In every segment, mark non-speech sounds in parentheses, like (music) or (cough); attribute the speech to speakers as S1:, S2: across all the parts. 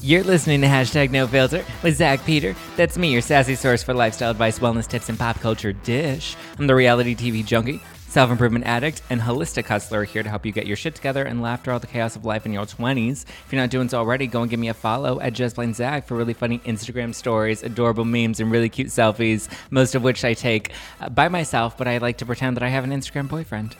S1: You're listening to Hashtag No Filter with Zach Peter. That's me, your sassy source for lifestyle advice, wellness tips, and pop culture dish. I'm the reality TV junkie, self improvement addict, and holistic hustler here to help you get your shit together and laugh through all the chaos of life in your 20s. If you're not doing so already, go and give me a follow at Just Plain Zach for really funny Instagram stories, adorable memes, and really cute selfies, most of which I take uh, by myself, but I like to pretend that I have an Instagram boyfriend.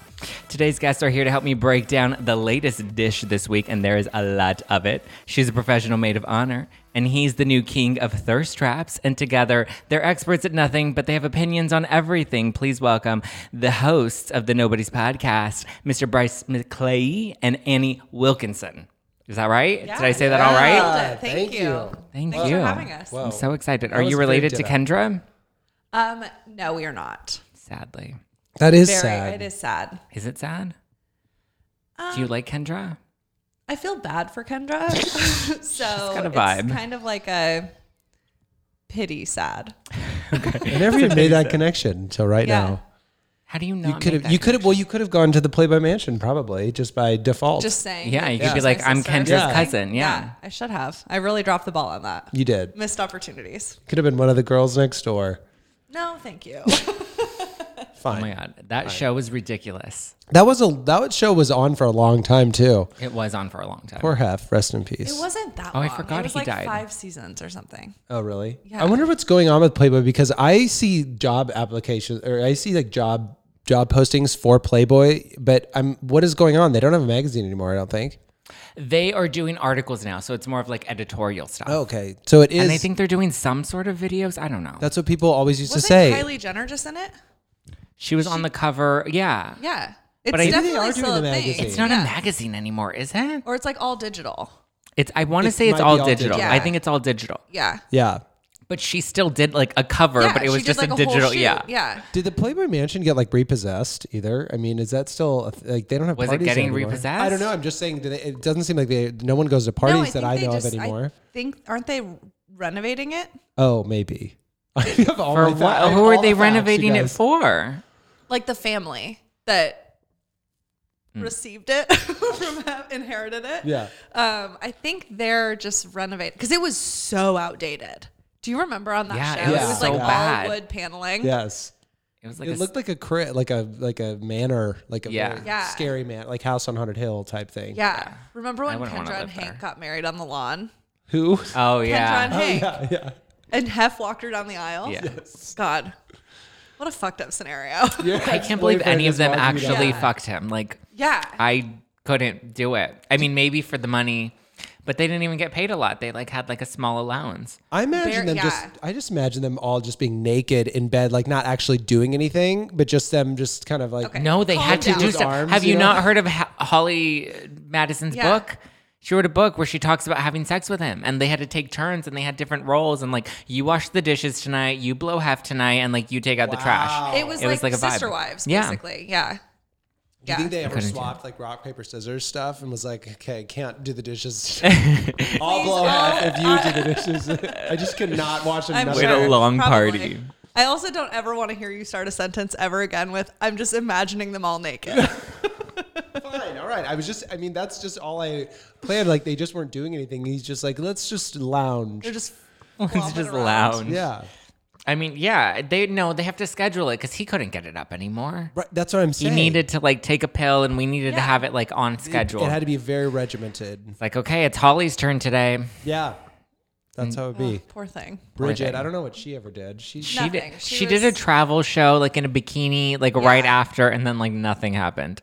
S1: Today's guests are here to help me break down the latest dish this week, and there is a lot of it. She's a professional maid of honor, and he's the new king of thirst traps. And together, they're experts at nothing, but they have opinions on everything. Please welcome the hosts of the Nobody's podcast, Mr. Bryce McClay and Annie Wilkinson. Is that right? Did I say that all right?
S2: Yeah,
S3: Thank
S2: thank
S3: you.
S2: you.
S1: Thank
S3: Thanks
S1: you
S3: for having us.
S2: Wow.
S1: I'm so excited.
S2: That
S1: Are
S2: was
S1: you
S2: great
S1: related to
S2: dinner.
S1: Kendra?
S3: Um, no, we are not.
S1: Sadly.
S2: That is
S3: Very,
S2: sad.
S3: it is sad.
S1: Is it sad? Do
S3: Um,
S1: you like Kendra?
S3: I feel bad for (laughs) Kendra. so
S1: got a
S3: it's
S1: vibe.
S3: kind of like a pity sad.
S2: I never even
S3: (laughs)
S2: made that connection until right
S3: Yeah.
S2: now.
S1: How do you
S2: You
S1: not?
S2: could
S1: make
S2: have.
S1: that
S2: You could have. Well, you could have gone to the Playboy Mansion probably just by default.
S3: Just saying.
S1: Yeah,
S3: that
S1: you could
S3: she's
S1: be
S3: my
S1: like, I'm
S3: sister.
S1: Kendra's
S2: Yeah.
S1: cousin. Yeah.
S3: I should have. I really dropped the ball on that.
S2: you did.
S3: Missed opportunities.
S2: Could have been one of the girls next door.
S3: No, thank (laughs) you.
S2: Fine.
S1: Oh my God. That show was ridiculous.
S2: That was a that show was on for a long time too.
S1: It was on for a long time.
S2: Poor Hef, rest in peace.
S3: it wasn't that
S1: Oh, I
S3: long.
S1: forgot
S3: it was
S1: he
S3: like
S1: died.
S3: five seasons or something.
S2: oh really?
S3: Yeah.
S2: I wonder what's going on with Playboy because I see job applications or I see like job job postings for Playboy, but I'm what is going on? They don't have a magazine anymore. I don't think.
S1: They are doing articles now, so it's more of like editorial stuff.
S2: Okay, so it Oh, is.
S1: Oh, And I think they're doing some sort of videos. I don't know.
S2: that's what people always used
S3: Wasn't
S2: to say.
S3: Kylie Jenner just in it?
S1: she was on the cover. Yeah.
S3: Yeah. It's
S1: I- Maybe they
S3: definitely
S2: are
S3: still
S2: doing
S3: a
S2: the
S3: thing.
S2: magazine.
S1: It's not a magazine anymore, is it?
S3: or it's like all digital.
S1: It's. I want to
S2: It
S1: say it's
S2: might be
S1: all
S2: all
S1: digital.
S3: digital.
S1: I
S3: Yeah.
S1: think it's all digital.
S3: Yeah.
S2: yeah.
S1: But she still did like a cover,
S3: yeah,
S1: but it
S3: she
S1: was
S3: did,
S1: just
S3: like,
S1: a
S3: whole
S1: digital.
S3: shoot.
S1: yeah.
S3: Yeah.
S2: Did the Playboy Mansion get like repossessed either? I mean, is that still a th- like they don't have
S1: Was it
S2: parties
S1: getting
S2: anymore?
S1: repossessed?
S2: I don't know. I'm just saying that it doesn't seem like they no one goes to
S3: No,
S2: parties that
S3: think
S2: I
S3: they
S2: know
S3: just-
S2: of anymore.
S3: I think aren't they renovating it?
S2: oh, maybe. (laughs) I have all
S1: For
S2: my fa- I
S1: what?
S2: have
S1: Who are
S2: all
S1: they
S2: the facts, you
S1: renovating it
S2: guys.
S1: for?
S3: Like the family that
S1: Hmm.
S3: received it (laughs) from ha- inherited it.
S2: Yeah.
S3: Um, I think they're just renovating because it was so outdated. Do you remember on that
S1: Yeah, it
S3: show?
S2: was
S3: was
S2: so
S3: like
S1: bad.
S3: all wood paneling.
S2: Yes.
S1: It was like
S2: it
S1: a
S2: looked like a crit, like a like a manor, like a
S1: Yeah.
S2: very
S3: Yeah.
S2: scary man, like House on Haunted Hill type thing.
S3: Yeah. Remember when
S1: wouldn't wanna
S3: Kendra and
S1: live there.
S3: Hank got married on the lawn?
S2: Who?
S1: Oh
S3: Kendra
S1: yeah.
S3: and Hank.
S2: (laughs) yeah, yeah.
S3: And Hef walked her down the aisle.
S1: Yeah.
S3: God. What a fucked up scenario.
S2: Your
S1: I can't believe
S2: ex-boyfriend
S1: any of
S2: is
S1: them
S2: walking you down.
S1: actually
S3: Yeah.
S1: fucked him. Like
S3: (laughs) yeah.
S1: I couldn't do it. I mean, maybe for the money, but they didn't even get paid a lot. They like had like a small allowance.
S2: I imagine
S3: Very-
S2: them just.
S3: yeah.
S2: I just imagine them all just being naked in bed, like not actually doing anything, but just them just kind of like
S3: Okay.
S1: No, they
S3: Calm
S1: had to
S3: down.
S1: do
S3: Those
S1: stuff.
S2: arms,
S1: Have you,
S2: you know?
S1: not heard of ha- Holly Madison's
S3: Yeah.
S1: book? She wrote a book where she talks about having sex with him, and they had to take turns, and they had different roles, and like you wash the dishes tonight, you blow half tonight, and like you take out the trash.
S3: It was
S1: It was
S3: like,
S1: like a vibe.
S3: sister wives,
S1: Yeah.
S3: basically. Yeah.
S2: Do Oh. you
S3: Yeah.
S2: think they ever
S1: couldn't do
S2: swapped like rock paper scissors stuff and was like, okay, can't do the dishes. I'll blow half if you do the dishes. (laughs) I just could not watch
S3: oh, I'm
S2: another.
S1: Wait a
S3: sure.
S1: long
S3: Probably.
S1: party.
S3: I also don't ever want to hear you start a sentence ever again with "I'm just imagining them all
S2: (laughs)
S3: naked."
S2: Fine, all right. I was just, I mean, that's just all I planned. Like they just weren't doing anything. He's just like, let's just lounge.
S3: They're just
S1: (laughs) (laughs) It's
S3: flopping
S1: just
S3: around.
S1: lounge.
S2: Yeah,
S1: I mean, yeah, they no, they have to schedule it because he couldn't get it up anymore.
S2: right. That's what I'm
S1: He
S2: saying.
S1: needed to like take a pill, and we needed to
S3: Yeah.
S1: have it like on schedule.
S2: It had to be very regimented.
S1: It's like, okay, it's Holly's turn today.
S2: Yeah, that's how it
S3: Oh,
S2: be.
S3: poor thing.
S2: Bridget, I don't know what she ever did. She
S1: She
S3: Nothing.
S1: did. She,
S3: She
S1: did a
S3: was-
S1: travel show like in a bikini, like right after, and then like nothing happened.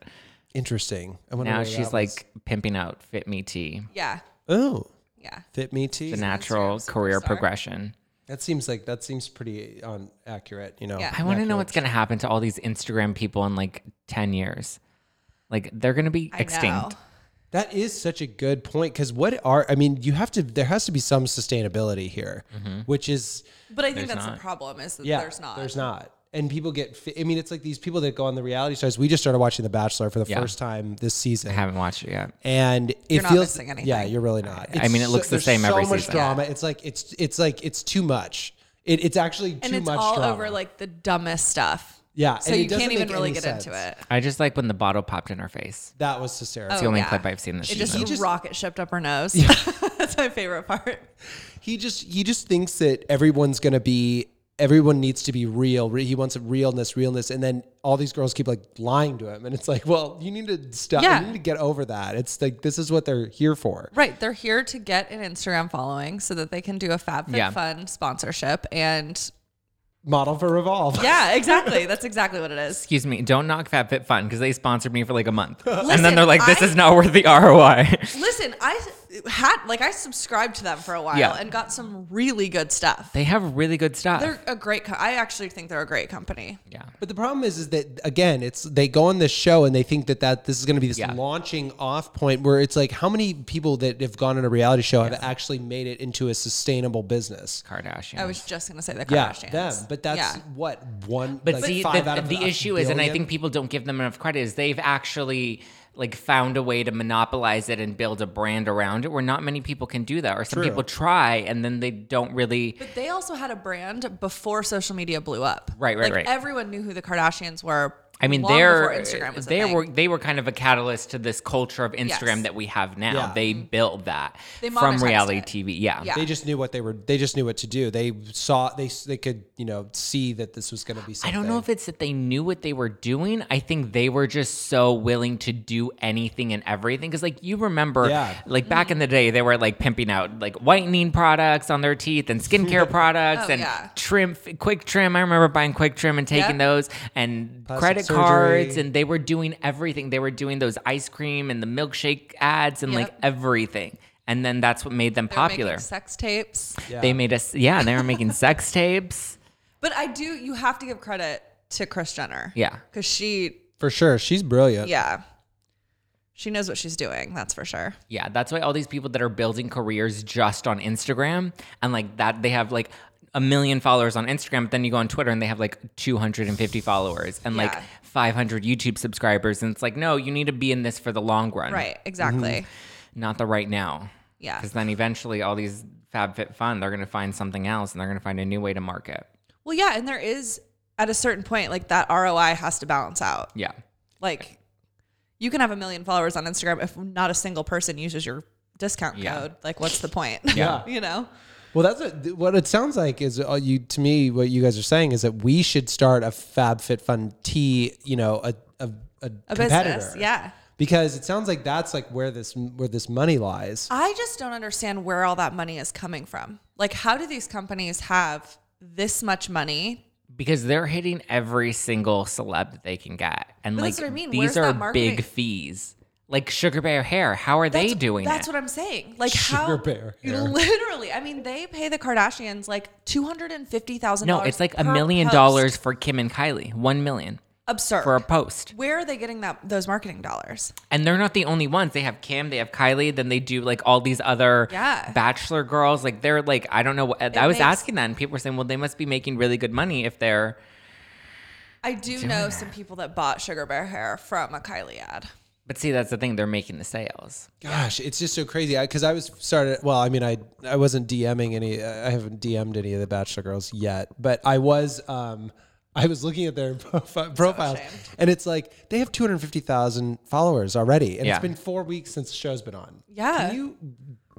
S2: interesting. I wonder
S1: Now
S2: where
S1: she's
S2: that
S1: like
S2: was.
S1: pimping out Fit Me Tea,
S3: Yeah,
S2: oh,
S3: yeah.
S2: fit me too.
S1: the natural
S3: Instagram
S1: career
S3: superstar.
S1: progression.
S2: That seems like that seems pretty on accurate. You know.
S3: Yeah.
S1: I want to know
S2: Accurate.
S1: what's gonna happen to all these Instagram people in like ten years. Like they're gonna be
S3: I
S1: extinct.
S3: know.
S2: That is such a good point because what are I mean you have to there has to be some sustainability here,
S1: Mm-hmm.
S2: which is
S3: But I think that's
S1: not.
S3: the problem is that
S2: yeah
S3: there's not.
S2: there's not and people get fi- I mean it's like these people that go on the reality shows. We just started watching The Bachelor for the
S1: Yeah.
S2: first time this season,
S1: I haven't watched it yet.
S2: and it
S3: You're not
S2: feels
S3: missing anything.
S2: yeah you're really not.
S1: I mean, it looks the
S2: there's
S1: same every
S2: so much
S1: season.
S2: drama. It's like it's it's like it's too much. It, it's actually too
S3: and it's
S2: much
S3: all
S2: drama.
S3: over like the dumbest stuff.
S2: yeah,
S3: So
S2: and it
S3: you can't
S2: doesn't
S3: even
S2: make
S3: really
S2: any
S3: get into
S2: sense.
S3: it.
S1: I just like when the bottle popped in her face.
S2: That was to Sarah.
S1: It's the only clip I've seen this
S3: Oh, It
S1: season.
S3: just,
S2: just-
S3: rocket shipped up her nose. (laughs) That's my favorite part.
S2: He just he just thinks that everyone's gonna be everyone needs to be real. Re- He wants realness, realness, and then all these girls keep like lying to him, and it's like, well, you need to stop.
S3: Yeah.
S2: You need to get over that. It's like this is what they're here for.
S3: Right. They're here to get an Instagram following so that they can do a
S1: Yeah.
S3: FabFitFun sponsorship. And
S2: Model for Revolve.
S3: yeah,
S1: (laughs)
S3: exactly. That's exactly what it is.
S1: Excuse me, don't knock FabFitFun because they sponsored me for like a month. and then
S3: Listen,
S1: they're like, this
S3: I-
S1: is not worth the ROI.
S3: Listen, I had, like, I subscribed to them for a while
S1: Yeah.
S3: and got some really good stuff.
S1: (laughs) they have really good stuff.
S3: They're a great, co- I actually think they're a great company.
S1: yeah.
S2: But the problem is, is that again, it's they go on this show and they think that that this is going to be this
S1: Yeah.
S2: launching off point where it's like, how many people that have gone on a reality show have actually made it into a sustainable business?
S1: Kardashian.
S3: I was just going to say the
S2: Yeah,
S3: Kardashians.
S2: them. But that's
S3: Yeah.
S2: what one.
S1: But
S2: like
S1: see,
S2: five
S1: the,
S2: out of
S1: the
S2: a
S1: issue is, and I
S2: billion?
S1: think people don't give them enough credit, is they've actually like found a way to monopolize it and build a brand around it where not many people can do that. Or some
S2: True.
S1: people try and then they don't really.
S3: But they also had a brand before social media blew up.
S1: Right, right,
S3: like,
S1: right.
S3: Everyone knew who the Kardashians were.
S1: I mean,
S3: long
S1: they're
S3: before Instagram was a
S1: they
S3: thing.
S1: were they were kind of a catalyst to this culture of Instagram
S3: Yes. Mm-hmm.
S1: that we have now.
S2: Yeah.
S1: They built that
S3: They
S1: from
S3: monetized
S1: reality
S3: it.
S1: TV. Yeah.
S3: Yeah.
S2: they just knew what they were. They just knew what to do. They saw. They they could you know see that this was going to be.
S1: I
S2: Something.
S1: don't know if it's that they knew what they were doing. I think they were just so willing to do anything and everything. Because, like, you remember,
S2: Yeah.
S1: like, back in the day, they were like pimping out like whitening products on their teeth and
S2: (laughs)
S1: skincare products
S3: Oh,
S1: and
S3: yeah.
S1: trim, quick trim. I remember buying quick trim and taking
S3: Yep.
S1: those and
S2: Plastic
S1: credit
S2: surgery.
S1: cards. And they were doing everything. They were doing those ice cream and the milkshake ads and like
S3: Yep.
S1: everything. And then that's what made them
S3: They were making
S1: popular.
S3: sex tapes.
S1: They made us, yeah, they were making sex tapes.
S3: But I do. You have to give credit to Kris Jenner.
S1: Yeah.
S3: because she,
S2: for sure. She's brilliant.
S3: yeah, she knows what she's doing. That's for sure.
S1: Yeah, that's why all these people that are building careers just on Instagram and like that, they have like a million followers on Instagram, but then you go on Twitter and they have like 250 followers and like
S3: Yeah.
S1: 500 YouTube subscribers. And it's like, no, you need to be in this for the long run,
S3: Right.
S2: Mm-hmm.
S3: Uh. Exactly.
S1: not the right now.
S3: Yeah.
S1: Because then eventually all these FabFitFun, they're going to find something else and they're going to find a new way to market.
S3: Well, yeah, and there is at a certain point like that ROI has to balance out.
S1: Yeah.
S3: Like, you can have a million followers on Instagram if not a single person uses your discount
S1: Yeah.
S3: code. Like, what's the point? (laughs)
S2: Yeah.
S3: you know.
S2: Well, that's a, what it sounds like. Is uh, you to me what you guys are saying is that we should start a FabFitFun T, you know, a a, a,
S3: A
S2: competitor.
S3: business. Yeah.
S2: because it sounds like that's like where this where this money lies.
S3: I just don't understand where all that money is coming from. Like, how do these companies have this much money?
S1: Because they're hitting every single celeb that they can get. And
S3: But
S1: like,
S3: that's what I mean.
S1: these
S3: Where's
S1: are
S3: that marketing?
S1: big fees. Like Sugar Bear Hair, how are they
S3: That's-
S1: doing
S3: That's
S1: it?
S3: what I'm saying. Like how
S2: Sugar bear hair.
S3: literally. I mean, they pay the Kardashians like two hundred and fifty thousand.
S1: No, it's like a million dollars for Kim and Kylie. One million
S3: Absurd.
S1: for a post.
S3: Where are they getting that those marketing dollars?
S1: And they're not the only ones. They have Kim, they have Kylie, then they do like all these other
S3: Yeah.
S1: bachelor girls. Like they're like, I don't know. What, I was
S3: makes-
S1: asking that, and people were saying, well, they must be making really good money if they're.
S3: I do know some people that bought Sugar Bear hair from a Kylie ad.
S1: But see, that's the thing. They're making the sales.
S2: Gosh, it's just so crazy. Because I, was started. Well, I mean, I I wasn't DMing any. I haven't DM'd any of the Bachelor girls yet, but I was. um I was looking at their (laughs) profi- profiles,
S3: ashamed.
S2: and it's like they have two hundred fifty thousand followers already, and
S1: Yeah.
S2: it's been four weeks since the show's been on.
S3: Yeah.
S2: Can you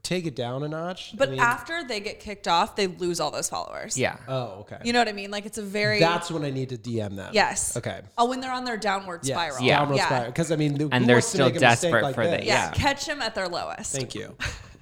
S2: take it down a notch? I
S3: But
S2: mean-
S3: after they get kicked off, they lose all those followers.
S1: Yeah.
S2: oh, okay.
S3: You know what I mean? Like it's a very
S2: That's when I need to DM them.
S3: yes.
S2: Okay.
S3: Oh, when they're on their downward
S2: Yes.
S3: spiral.
S1: Yeah.
S2: Downward
S3: yeah.
S2: spiral. Because I mean,
S1: And they're still desperate for
S2: that.
S1: the-
S3: Yeah,
S1: Yeah.
S3: catch them at their lowest.
S2: Thank you.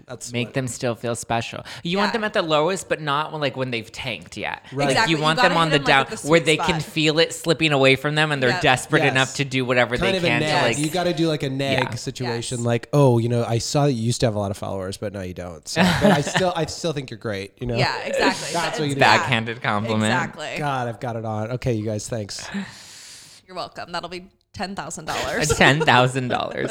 S2: That's
S1: Make
S2: what-
S1: them still feel special. You want
S3: Yeah.
S1: them at the lowest, but not when, like when they've tanked yet.
S2: Right.
S1: Like
S3: Exactly.
S1: you
S3: You
S1: want them
S3: gotta
S1: on the
S3: hit 'em, like,
S1: down
S3: at the
S1: where
S3: sweet
S1: they can
S3: spot.
S1: feel it slipping away from them, and they're
S3: Yep.
S1: desperate
S2: Yes.
S1: enough to do whatever
S2: kind
S1: they
S2: of a
S1: can to
S2: nag.
S1: like
S2: you got to do like a nag
S1: Yeah.
S2: situation.
S3: Yes.
S2: Like, oh, you know, I saw that you used to have a lot of followers, but now you don't. So, but I still, I still think you're great. You know.
S3: Yeah, exactly.
S2: That's what you do.
S1: backhanded compliment.
S3: Exactly.
S2: God, I've got it on. Okay, you guys, thanks.
S3: You're welcome. That'll be ten thousand
S1: A (laughs)
S3: dollars.
S1: ten thousand dollars.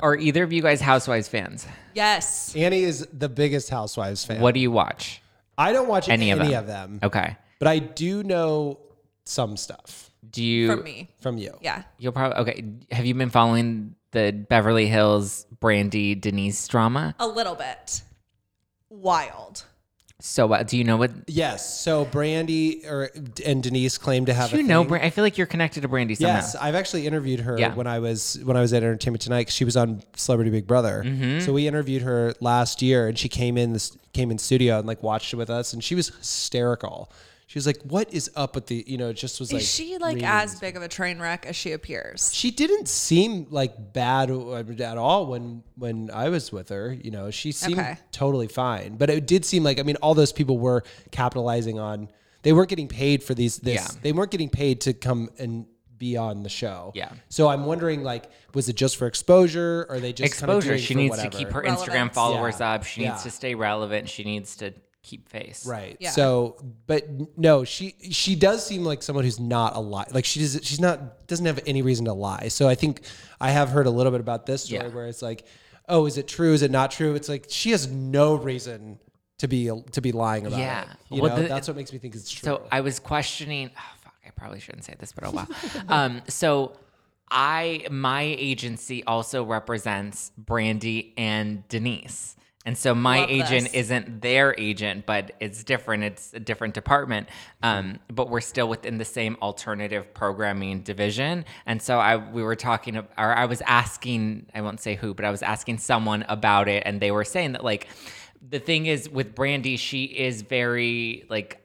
S1: Are either of you guys Housewives fans?
S3: Yes.
S2: Annie is the biggest Housewives fan.
S1: What do you watch?
S2: I don't watch
S1: Any
S2: any,
S1: of them.
S2: of them,
S1: Okay.
S2: but I do know some stuff
S1: Do you?
S3: From me.
S2: from you.
S3: Yeah.
S1: You'll probably okay. Have you been following the Beverly Hills Brandy Denise drama?
S3: A little bit. Wild.
S1: So, uh, do you know what?
S2: Yes. So Brandy or and Denise claim to have.
S1: Do you
S2: a
S1: know?
S2: thing.
S1: Bra- I feel like you're connected to Brandy somehow.
S2: Yes, I've actually interviewed her
S1: Yeah.
S2: when I was when I was at Entertainment Tonight. 'cause She was on Celebrity Big Brother,
S1: Mm-hmm.
S2: so we interviewed her last year, and she came in this came in studio and like watched it with us, and she was hysterical. She was like, "What is up with the?" You know, it just was like
S3: Is she like as big of a train wreck as she appears?
S2: she didn't seem like bad uh, at all when when I was with her. You know, she seemed
S3: Okay.
S2: totally fine. But it did seem like I mean, all those people were capitalizing on. They weren't getting paid for these. This
S1: Yeah.
S2: they weren't getting paid to come and be on the show.
S1: Yeah.
S2: So I'm wondering, like, was it just for exposure, or they just kinda
S1: Exposure.
S2: doing
S1: She
S2: for
S1: needs to
S2: whatever?
S1: keep her Instagram
S3: Relevance.
S1: followers
S2: Yeah.
S1: up. She needs
S2: Yeah.
S1: to stay relevant. She needs to keep face.
S2: Right.
S3: Yeah.
S2: So, but no, she she does seem like someone who's not a lie. Like she does, she's not doesn't have any reason to lie. So I think I have heard a little bit about this story
S1: Yeah.
S2: where it's like, oh, is it true? Is it not true? It's like she has no reason to be to be lying about
S1: Yeah.
S2: it. You
S1: Well,
S2: know,
S1: the-
S2: that's what makes me think it's true.
S1: So I was questioning. Oh, fuck, I probably shouldn't say this, but oh well. (laughs) um, so I, my agency also represents Brandy and Denise, and so my
S3: Love
S1: agent
S3: this.
S1: isn't their agent, but it's different. It's a different department, um, but we're still within the same alternative programming division. And so I, we were talking, ab- or I was asking, I won't say who, but I was asking someone about it, and they were saying that like. The thing is with Brandy, she is very like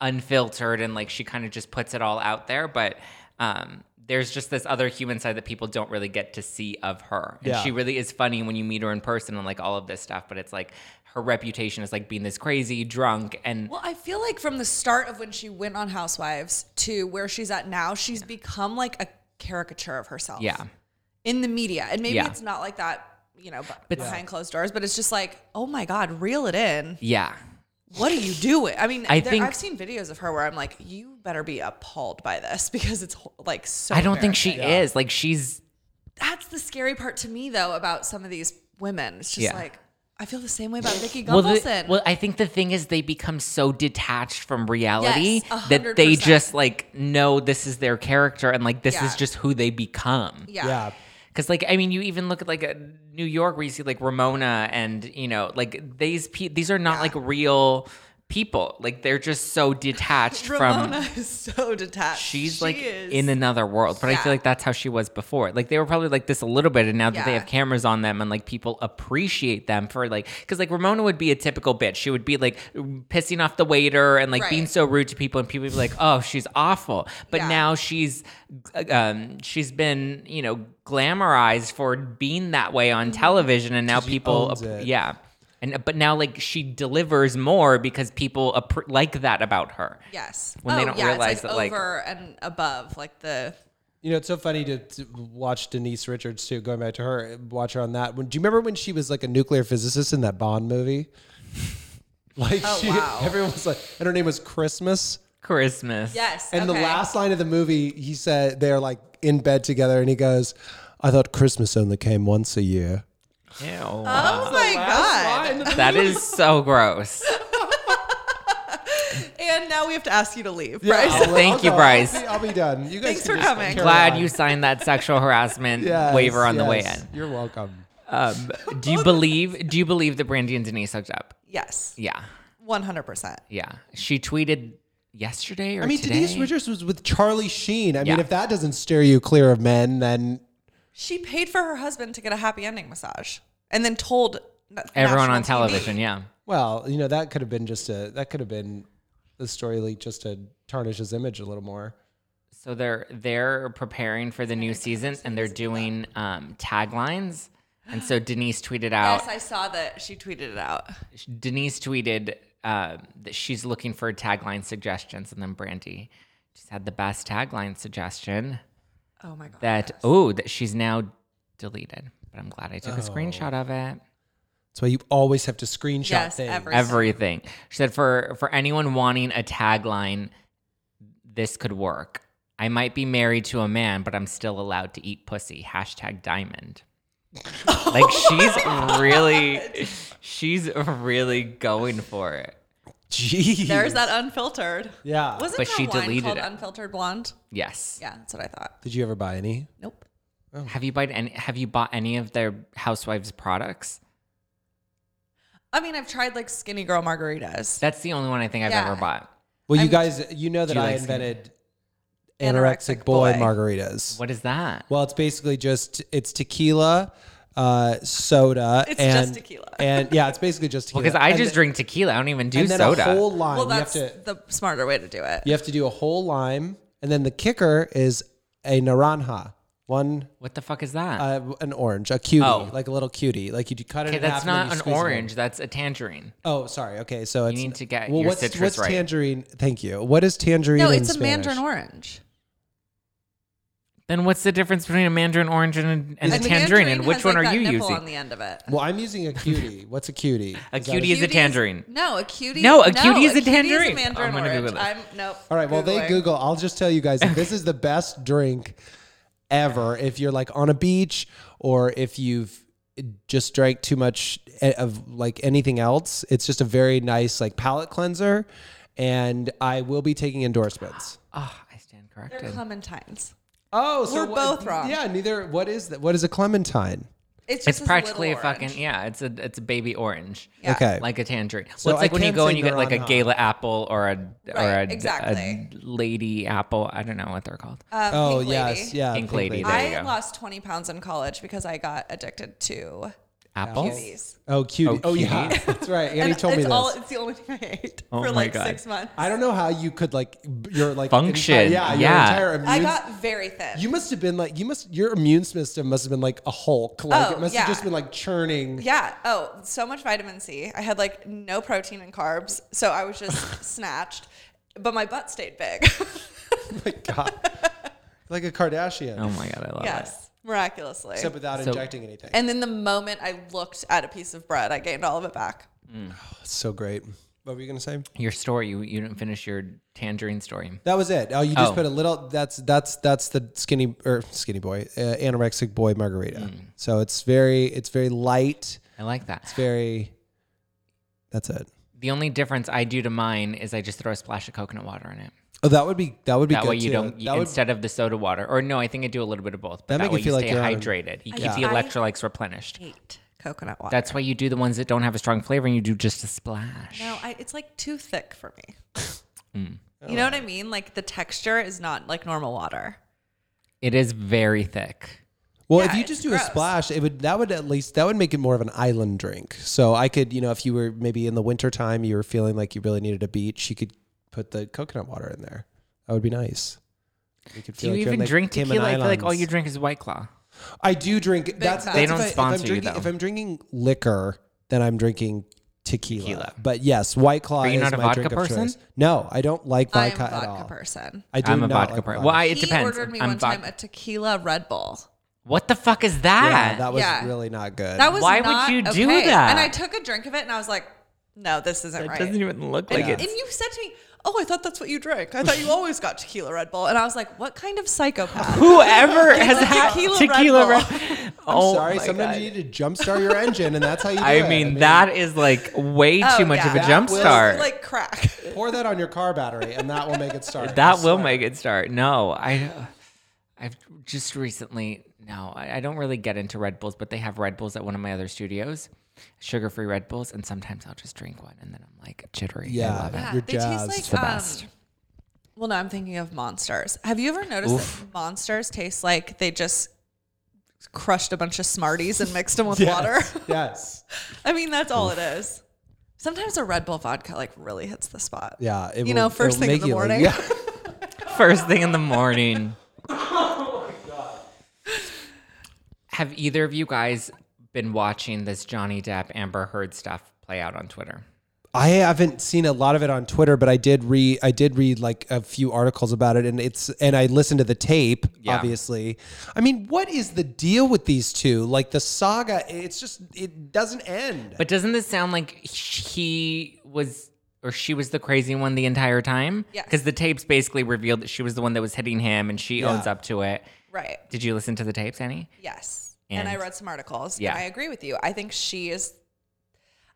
S1: unfiltered and like she kind of just puts it all out there but um there's just this other human side that people don't really get to see of her and
S2: Yeah.
S1: she really is funny when you meet her in person and like all of this stuff but it's like her reputation is like being this crazy drunk and
S3: Well, I feel like from the start of when she went on Housewives to where she's at now, she's become like a caricature of herself.
S1: yeah
S3: In the media. And maybe
S1: Yeah.
S3: it's not like that, you know, but behind closed doors, but it's just like, oh my God, reel it in.
S1: yeah
S3: What are you doing? I mean,
S1: I
S3: there,
S1: think-
S3: I've seen videos of her where I'm like, you better be appalled by this (laughs) because it's like so.
S1: i don't think she
S3: embarrassing.
S1: is like she's
S3: That's the scary part to me though about some of these women. It's just
S1: Yeah.
S3: like I feel the same way about Vicky
S1: well, the-
S3: Gumbelson.
S1: well i think the thing is they become so detached from reality
S3: Yes, a
S1: that they
S3: 100%.
S1: just like know this is their character and like this
S3: Yeah.
S1: is just who they become
S3: yeah.
S2: yeah.
S1: Because, like, I mean, you even look at like uh, New York, where you see like Ramona, and you know, like these pe- these are not like real people. Like they're just so detached
S3: Ramona
S1: from.
S3: (laughs) is so detached.
S1: She's
S3: She
S1: like
S3: is-
S1: in another world, but I
S3: Yeah.
S1: feel like that's how she was before. Like they were probably like this a little bit, and now that they
S3: Yeah.
S1: have cameras on them and like people appreciate them for like, because like Ramona would be a typical bitch. She would be like pissing off the waiter and like being
S3: Right.
S1: so rude to people, and people would be like, "Oh, she's awful." But
S3: Yeah.
S1: now she's um, she's been you know glamorized for being that way on
S3: Mm-hmm.
S1: television, and now people
S2: owns it.
S1: yeah, and but now like she delivers more because people appr like that about her.
S3: yes Oh,
S1: when they don't
S3: yeah,
S1: realize
S3: it's
S1: that,
S3: like
S1: like-
S3: over and above like the
S2: You know, it's so funny to, to watch Denise Richards too. Going back to her, watch her on that. When, do you remember when she was like a nuclear physicist in that Bond movie? (laughs) Like
S3: Oh,
S2: she,
S3: wow.
S2: everyone was like, and her name was Christmas.
S1: Christmas.
S3: yes
S2: And the
S3: okay.
S2: last line of the movie, he said they're like in bed together, and he goes, "I thought Christmas only came once a year."
S1: Ew.
S3: Oh my god!
S1: that
S2: (laughs)
S1: is so gross.
S3: And now we have to ask you to leave,
S2: Yeah,
S3: Bryce.
S2: I'll-
S1: Thank
S2: I'll
S1: you,
S2: go.
S1: Bryce.
S2: I'll be, I'll be done. You
S3: Thanks
S2: guys can
S3: for
S2: just
S3: coming.
S2: carry
S1: Glad
S2: on.
S1: you signed that sexual harassment
S2: Yes,
S1: waiver on the way
S2: yes.
S1: in.
S2: You're welcome.
S1: Um, do you believe? Do you believe that Brandy and Denise hooked up?
S3: Yes,
S1: Yeah,
S3: one hundred percent.
S1: yeah. She tweeted yesterday or
S2: I mean,
S1: today.
S2: Denise Richards was with Charlie Sheen. I
S1: Yeah.
S2: mean, if that doesn't steer you clear of men, then
S3: She paid for her husband to get a happy ending massage, and then told na-
S1: Everyone
S3: national
S1: on
S3: TV.
S1: television. Yeah.
S2: Well, you know, that could have been just a that could have been the story leak just to tarnish his image a little more.
S1: So they're they're preparing for the new season and they're doing um, taglines. And so Denise tweeted out.
S3: Yes, I saw that she tweeted it out.
S1: Denise tweeted uh, that she's looking for tagline suggestions, and then Brandy just had the best tagline suggestion
S3: Oh my god!
S1: that oh that she's now deleted. But I'm glad I took a screenshot of it.
S2: That's why you always have to screenshot
S3: yes,
S2: things.
S3: everything.
S1: Everything she said for for anyone wanting a tagline, this could work. I might be married to a man, but I'm still allowed to eat pussy. Hashtag diamond. like she's really, she's really going for it.
S2: Jeez.
S3: There's that unfiltered.
S2: Yeah.
S3: Wasn't
S1: But
S3: there
S1: she
S3: a wine
S1: deleted
S3: called
S1: it.
S3: Unfiltered Blonde?
S1: Yes.
S3: Yeah, that's what I thought.
S2: Did you ever buy any?
S3: Nope.
S1: Have you bought any? Have you bought any of their housewives products?
S3: I mean, I've tried like skinny girl margaritas.
S1: That's the only one I think I've
S3: Yeah.
S1: ever bought.
S2: Well, you
S3: I'm-
S2: guys, you know that
S1: you
S2: I
S1: like skinny?
S2: invented anorexic,
S3: Anorexic
S2: boy,
S3: boy.
S2: margaritas.
S1: What is that?
S2: Well, it's basically just it's tequila, uh, soda,
S3: It's
S2: and
S3: just tequila.
S2: and yeah, it's basically just tequila.
S1: Because I
S2: And
S1: just drink tequila. I don't even do
S2: and then
S1: soda.
S2: a whole lime.
S3: Well,
S2: you
S3: that's
S2: have to
S3: the smarter way to do it.
S2: you have to do a whole lime, and then the kicker is a naranja, one
S1: what the fuck is that?
S2: uh, an orange, a cutie,
S1: Oh.
S2: like a little cutie, like you do cut it.
S1: okay,
S2: in
S1: that's
S2: half and then
S1: not
S2: you
S1: an
S2: squeeze it in.
S1: orange. That's a tangerine.
S2: Oh, sorry. Okay, so it's,
S1: need to get
S2: well.
S1: your
S2: what's
S1: citrus
S2: what's
S1: right.
S2: tangerine? Thank you. What is tangerine?
S3: No,
S2: in
S3: it's a
S2: Spanish?
S3: mandarin orange.
S1: Then what's the difference between a mandarin orange and a, and a
S3: And the
S1: tangerine? And which
S3: has,
S1: one are
S3: like, that
S1: you
S3: nipple
S1: using?
S3: On the end of it.
S2: Well, I'm using a cutie. What's a
S1: (laughs)
S2: cutie?
S1: A
S2: Is that
S1: cutie is a
S3: Cutie
S1: tangerine.
S3: No, a cutie.
S1: No, a cutie is a tangerine.
S3: mandarin
S1: I'm gonna
S3: orange.
S1: Google this.
S3: I'm nope.
S2: All right. Well, they
S3: Googling.
S2: Google. I'll just tell
S1: (laughs)
S2: you guys, this is the best drink ever. If you're like on a beach, or if you've just drank too much e- of like anything else, it's just a very nice like palate cleanser. And I will be taking endorsements.
S1: Oh, I stand
S3: They're
S1: corrected.
S3: clementines.
S2: Oh, so
S3: We're
S2: what-
S3: both wrong.
S2: Yeah. Neither. What is that? What is a clementine?
S3: It's
S1: It's
S3: just this little
S1: practically a fucking e-
S3: orange.
S1: yeah. It's a it's a baby orange.
S3: Yeah.
S2: Okay.
S1: Like a tangerine. Well,
S2: So
S1: it's like
S2: I
S1: when you
S2: can
S1: go
S2: say
S1: and you get like a
S2: Naranja.
S1: gala apple or a or
S3: Right,
S1: a,
S3: exactly.
S1: a lady apple. I don't know what they're called.
S3: Um,
S2: oh
S3: pink
S2: yes.
S3: lady.
S2: Yeah.
S1: Pink lady, there you
S3: I
S1: go.
S3: lost 20 pounds in college because I got addicted to
S1: Apples.
S3: cuties.
S2: Oh, cutie.
S1: Oh,
S2: Oh, yeah. (laughs) That's right. Annie
S3: And
S2: told me
S3: it's
S2: this.
S3: all it's the only thing I ate
S1: Oh
S3: for
S1: my
S3: like
S1: God.
S3: six months.
S2: I don't know how you could like b- your like
S1: Function,
S2: entire- yeah, your
S1: yeah.
S2: entire immune.
S3: I got very thin.
S2: you must have been like you must your immune system must have been like a Hulk. Like
S3: Oh,
S2: it must
S3: yeah.
S2: have just been like churning. (laughs)
S3: yeah. Oh, so much vitamin C. I had like no protein and carbs, so I was
S2: (laughs)
S3: just snatched. But my butt stayed big. (laughs)
S2: My God, like a Kardashian,
S1: Oh my god, I love it.
S3: yes, miraculously.
S2: except without
S1: So-
S2: injecting anything.
S3: and then the moment I looked at a piece of bread, I gained all of it back.
S2: That's so great. What were you gonna say?
S1: Your story. You you didn't finish your tangerine story.
S2: That was it. Oh, you just
S1: Oh.
S2: put a little. That's that's that's the skinny or skinny boy, uh, anorexic boy margarita.
S1: Hmm.
S2: So it's very it's very light.
S1: I like that.
S2: It's very. That's it.
S1: The only difference I do to mine is I just throw a splash of coconut water in it.
S2: Oh, that would be that would be
S1: That
S2: good
S1: way you
S2: too.
S1: don't
S2: That would
S1: instead of the soda water. Or no, I think I do a little bit of both. But
S2: That
S1: that,
S2: make
S1: way
S2: you feel like
S1: stay
S2: you're on a-
S1: hydrated. You keep
S3: Yeah.
S1: the electrolytes replenished.
S3: Hate coconut water.
S1: That's why you do the ones that don't have a strong flavor and you do just a splash.
S3: No, I, it's like too thick for me.
S1: Mm.
S3: You know what I mean? Like the texture is not like normal water.
S1: It is very thick.
S2: Well,
S3: Yeah,
S2: if you
S3: it's
S2: just do a
S3: gross.
S2: splash, it would that would at least that would make it more of an island drink. So I could, you know, if you were maybe in the wintertime, you were feeling like you really needed a beach, you could put the coconut water in there. That would be nice. You could
S1: Do
S2: feel
S1: you
S2: like you're in
S1: even
S2: the
S1: drink
S2: Cayman
S1: tequila? I feel like all
S2: Islands.
S1: you drink is White Claw.
S2: I do drink.
S3: time.
S2: That's, that's
S3: They
S2: if
S1: don't
S2: I- if
S1: sponsor
S2: I'm
S1: you,
S2: drinking,
S1: though.
S2: If I'm drinking liquor, then I'm drinking tequila.
S1: Tequila.
S2: But yes, White Claw
S1: Are you
S2: is
S1: not a
S2: my
S1: vodka
S2: drink of
S1: person?
S2: choice. No, I don't like
S3: I am
S2: vodka, at
S3: vodka
S2: all.
S3: person.
S2: I do
S1: I'm a
S2: not
S1: vodka
S2: like
S1: person.
S2: vodka.
S1: Why? It
S3: he
S1: depends.
S3: ordered me
S1: I'm
S3: one
S1: vodka.
S3: time a tequila Red Bull.
S1: What the fuck is that?
S2: Yeah, that was
S3: Yeah.
S2: really not good.
S3: That was
S1: Why would
S3: not
S1: you do
S3: okay.
S1: that?
S3: And I took a drink of it and I was like, no, this isn't right.
S1: doesn't even look
S3: and,
S1: like
S3: and
S1: it.
S3: you said to me, "Oh, I thought that's what you drank. I thought you always got tequila Red Bull." And I was like, "What kind of psychopath?" (laughs)
S1: Whoever has
S3: a
S1: had
S3: tequila
S1: tequila,
S3: Red Bull.
S1: Red- oh,
S2: Sorry,
S1: my
S2: sometimes
S1: God.
S2: you need to jumpstart your engine, and that's how you. Do
S1: (laughs)
S2: it.
S1: I mean, that is like way
S3: Oh,
S1: too much
S3: yeah.
S1: of a
S3: That
S1: jump
S2: will-
S1: start.
S3: like
S1: (laughs)
S3: crack.
S2: pour that on your car battery, and that will make it start.
S1: that
S2: (laughs)
S1: will make it start. No, I, uh, I've just recently. No, I, I don't really get into Red Bulls, but they have Red Bulls at one of my other studios, sugar-free Red Bulls, and sometimes I'll just drink one, and then I'm like jittery.
S2: Yeah.
S1: I love it.
S2: Yeah. You're
S3: they
S2: jazzed. It's
S3: taste
S1: the
S3: like um,
S1: best.
S3: well, no, I'm thinking of monsters. Have you ever noticed that monsters taste like they just crushed a bunch of Smarties and mixed them with water? (laughs)
S2: (laughs) yes.
S3: I mean, that's all it is. Sometimes a Red Bull vodka like really hits the spot.
S2: Yeah. It
S3: You know,
S2: will-
S3: first
S2: it will
S3: thing in
S2: make
S3: the
S2: you like-
S3: morning.
S2: yeah.
S1: First thing in the morning. Have either of you guys been watching this Johnny Depp Amber Heard stuff play out on Twitter?
S2: (laughs) I haven't seen a lot of it on Twitter, but I did read. I did read like a few articles about it, and it's and I listened to the tape.
S1: Yeah.
S2: Obviously, I mean, what is the deal with these two? Like the saga, it's just it doesn't end.
S1: But doesn't this sound like he was or she was the crazy one the entire time?
S3: Yes.
S1: Because the tapes basically revealed that she was the one that was hitting him and she owns up to it.
S3: (laughs) Right.
S1: Did you listen to the tapes, Annie?
S3: Yes. And, I
S1: And-
S3: read some articles.
S1: Yeah.
S3: And I agree with you. I think she is.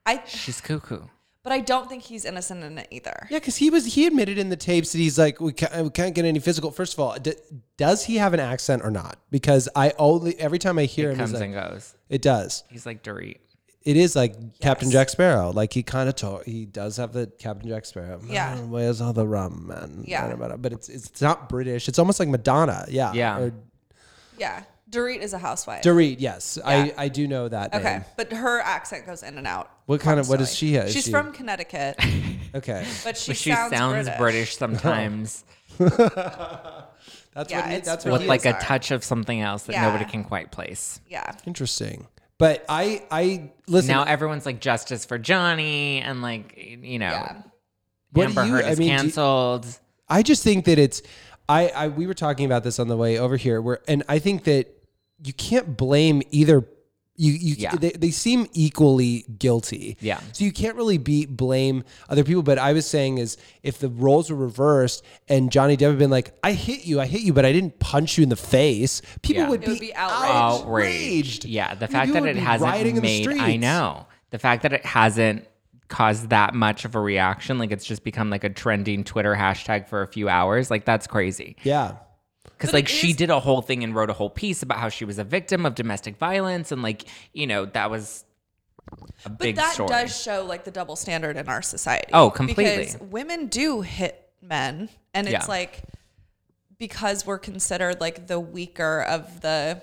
S3: I,
S1: She's cuckoo.
S3: but I don't think he's innocent in it either.
S2: yeah, because he was he admitted in the tapes that he's like we can't, we can't get any physical. First of all, d- does he have an accent or not? Because I only every time I hear him, he's
S1: Comes
S2: like,
S1: and goes.
S2: it does.
S1: He's like Dorit.
S2: it is like Captain Jack Sparrow. Like he kind of talk, he does have the Captain Jack Sparrow.
S3: Yeah.
S2: "Man, where's all the rum, man?
S3: Yeah.
S2: Blah, blah, blah. But it's it's not British. It's almost like Madonna. Yeah.
S1: Yeah.
S2: Or
S3: Yeah. Dorit is a housewife.
S2: Dorit. Yes,
S3: Yeah.
S2: I I do know that.
S3: okay.
S2: Name.
S3: But her accent goes in and out.
S2: What kind of- what does
S3: constantly.
S2: she have? Is
S3: She's
S2: she-
S3: from Connecticut,
S2: Okay. (laughs)
S3: but she,
S1: But she
S3: sounds,
S1: sounds, British. sometimes
S3: (laughs)
S2: That's
S3: Yeah,
S2: what. He,
S3: it's
S2: that's what.
S1: with
S3: really
S2: He,
S1: like a
S3: bizarre.
S1: touch of something else that
S3: Yeah.
S1: nobody can quite place.
S3: Yeah.
S2: interesting. But I I listen.
S1: Now everyone's like justice for Johnny and like you know
S3: Yeah.
S2: What do
S1: Amber
S2: you-
S1: Heard
S2: I
S1: is
S2: mean, do-
S1: canceled.
S2: I just think that it's I, I we were talking about this on the way over here where and I think that you can't blame either you you
S1: Yeah.
S2: they, they seem equally guilty.
S1: Yeah.
S2: So you can't really be blame other people but I was saying is if the roles were reversed and Johnny Depp had been like I hit you I hit you but I didn't punch you in the face people
S1: Yeah.
S2: would,
S3: It
S2: be
S3: would be outraged.
S2: outraged.
S1: Yeah, the
S2: I mean,
S1: fact
S2: people
S1: that
S2: would
S1: it
S2: be rioting
S1: hasn't
S2: in the
S1: made I
S2: streets.
S1: know. The fact that it hasn't caused that much of a reaction, like it's just become like a trending Twitter hashtag for a few hours, like that's crazy.
S2: Yeah.
S1: Because
S3: But it
S1: like she
S3: is-
S1: did a whole thing and wrote a whole piece about how she was a victim of domestic violence and like, you know, that was a
S3: But
S1: big
S3: that
S1: story.
S3: does show like the double standard in our society.
S1: Oh, completely.
S3: Because women do hit men, and it's
S1: Yeah.
S3: like because we're considered like the weaker of the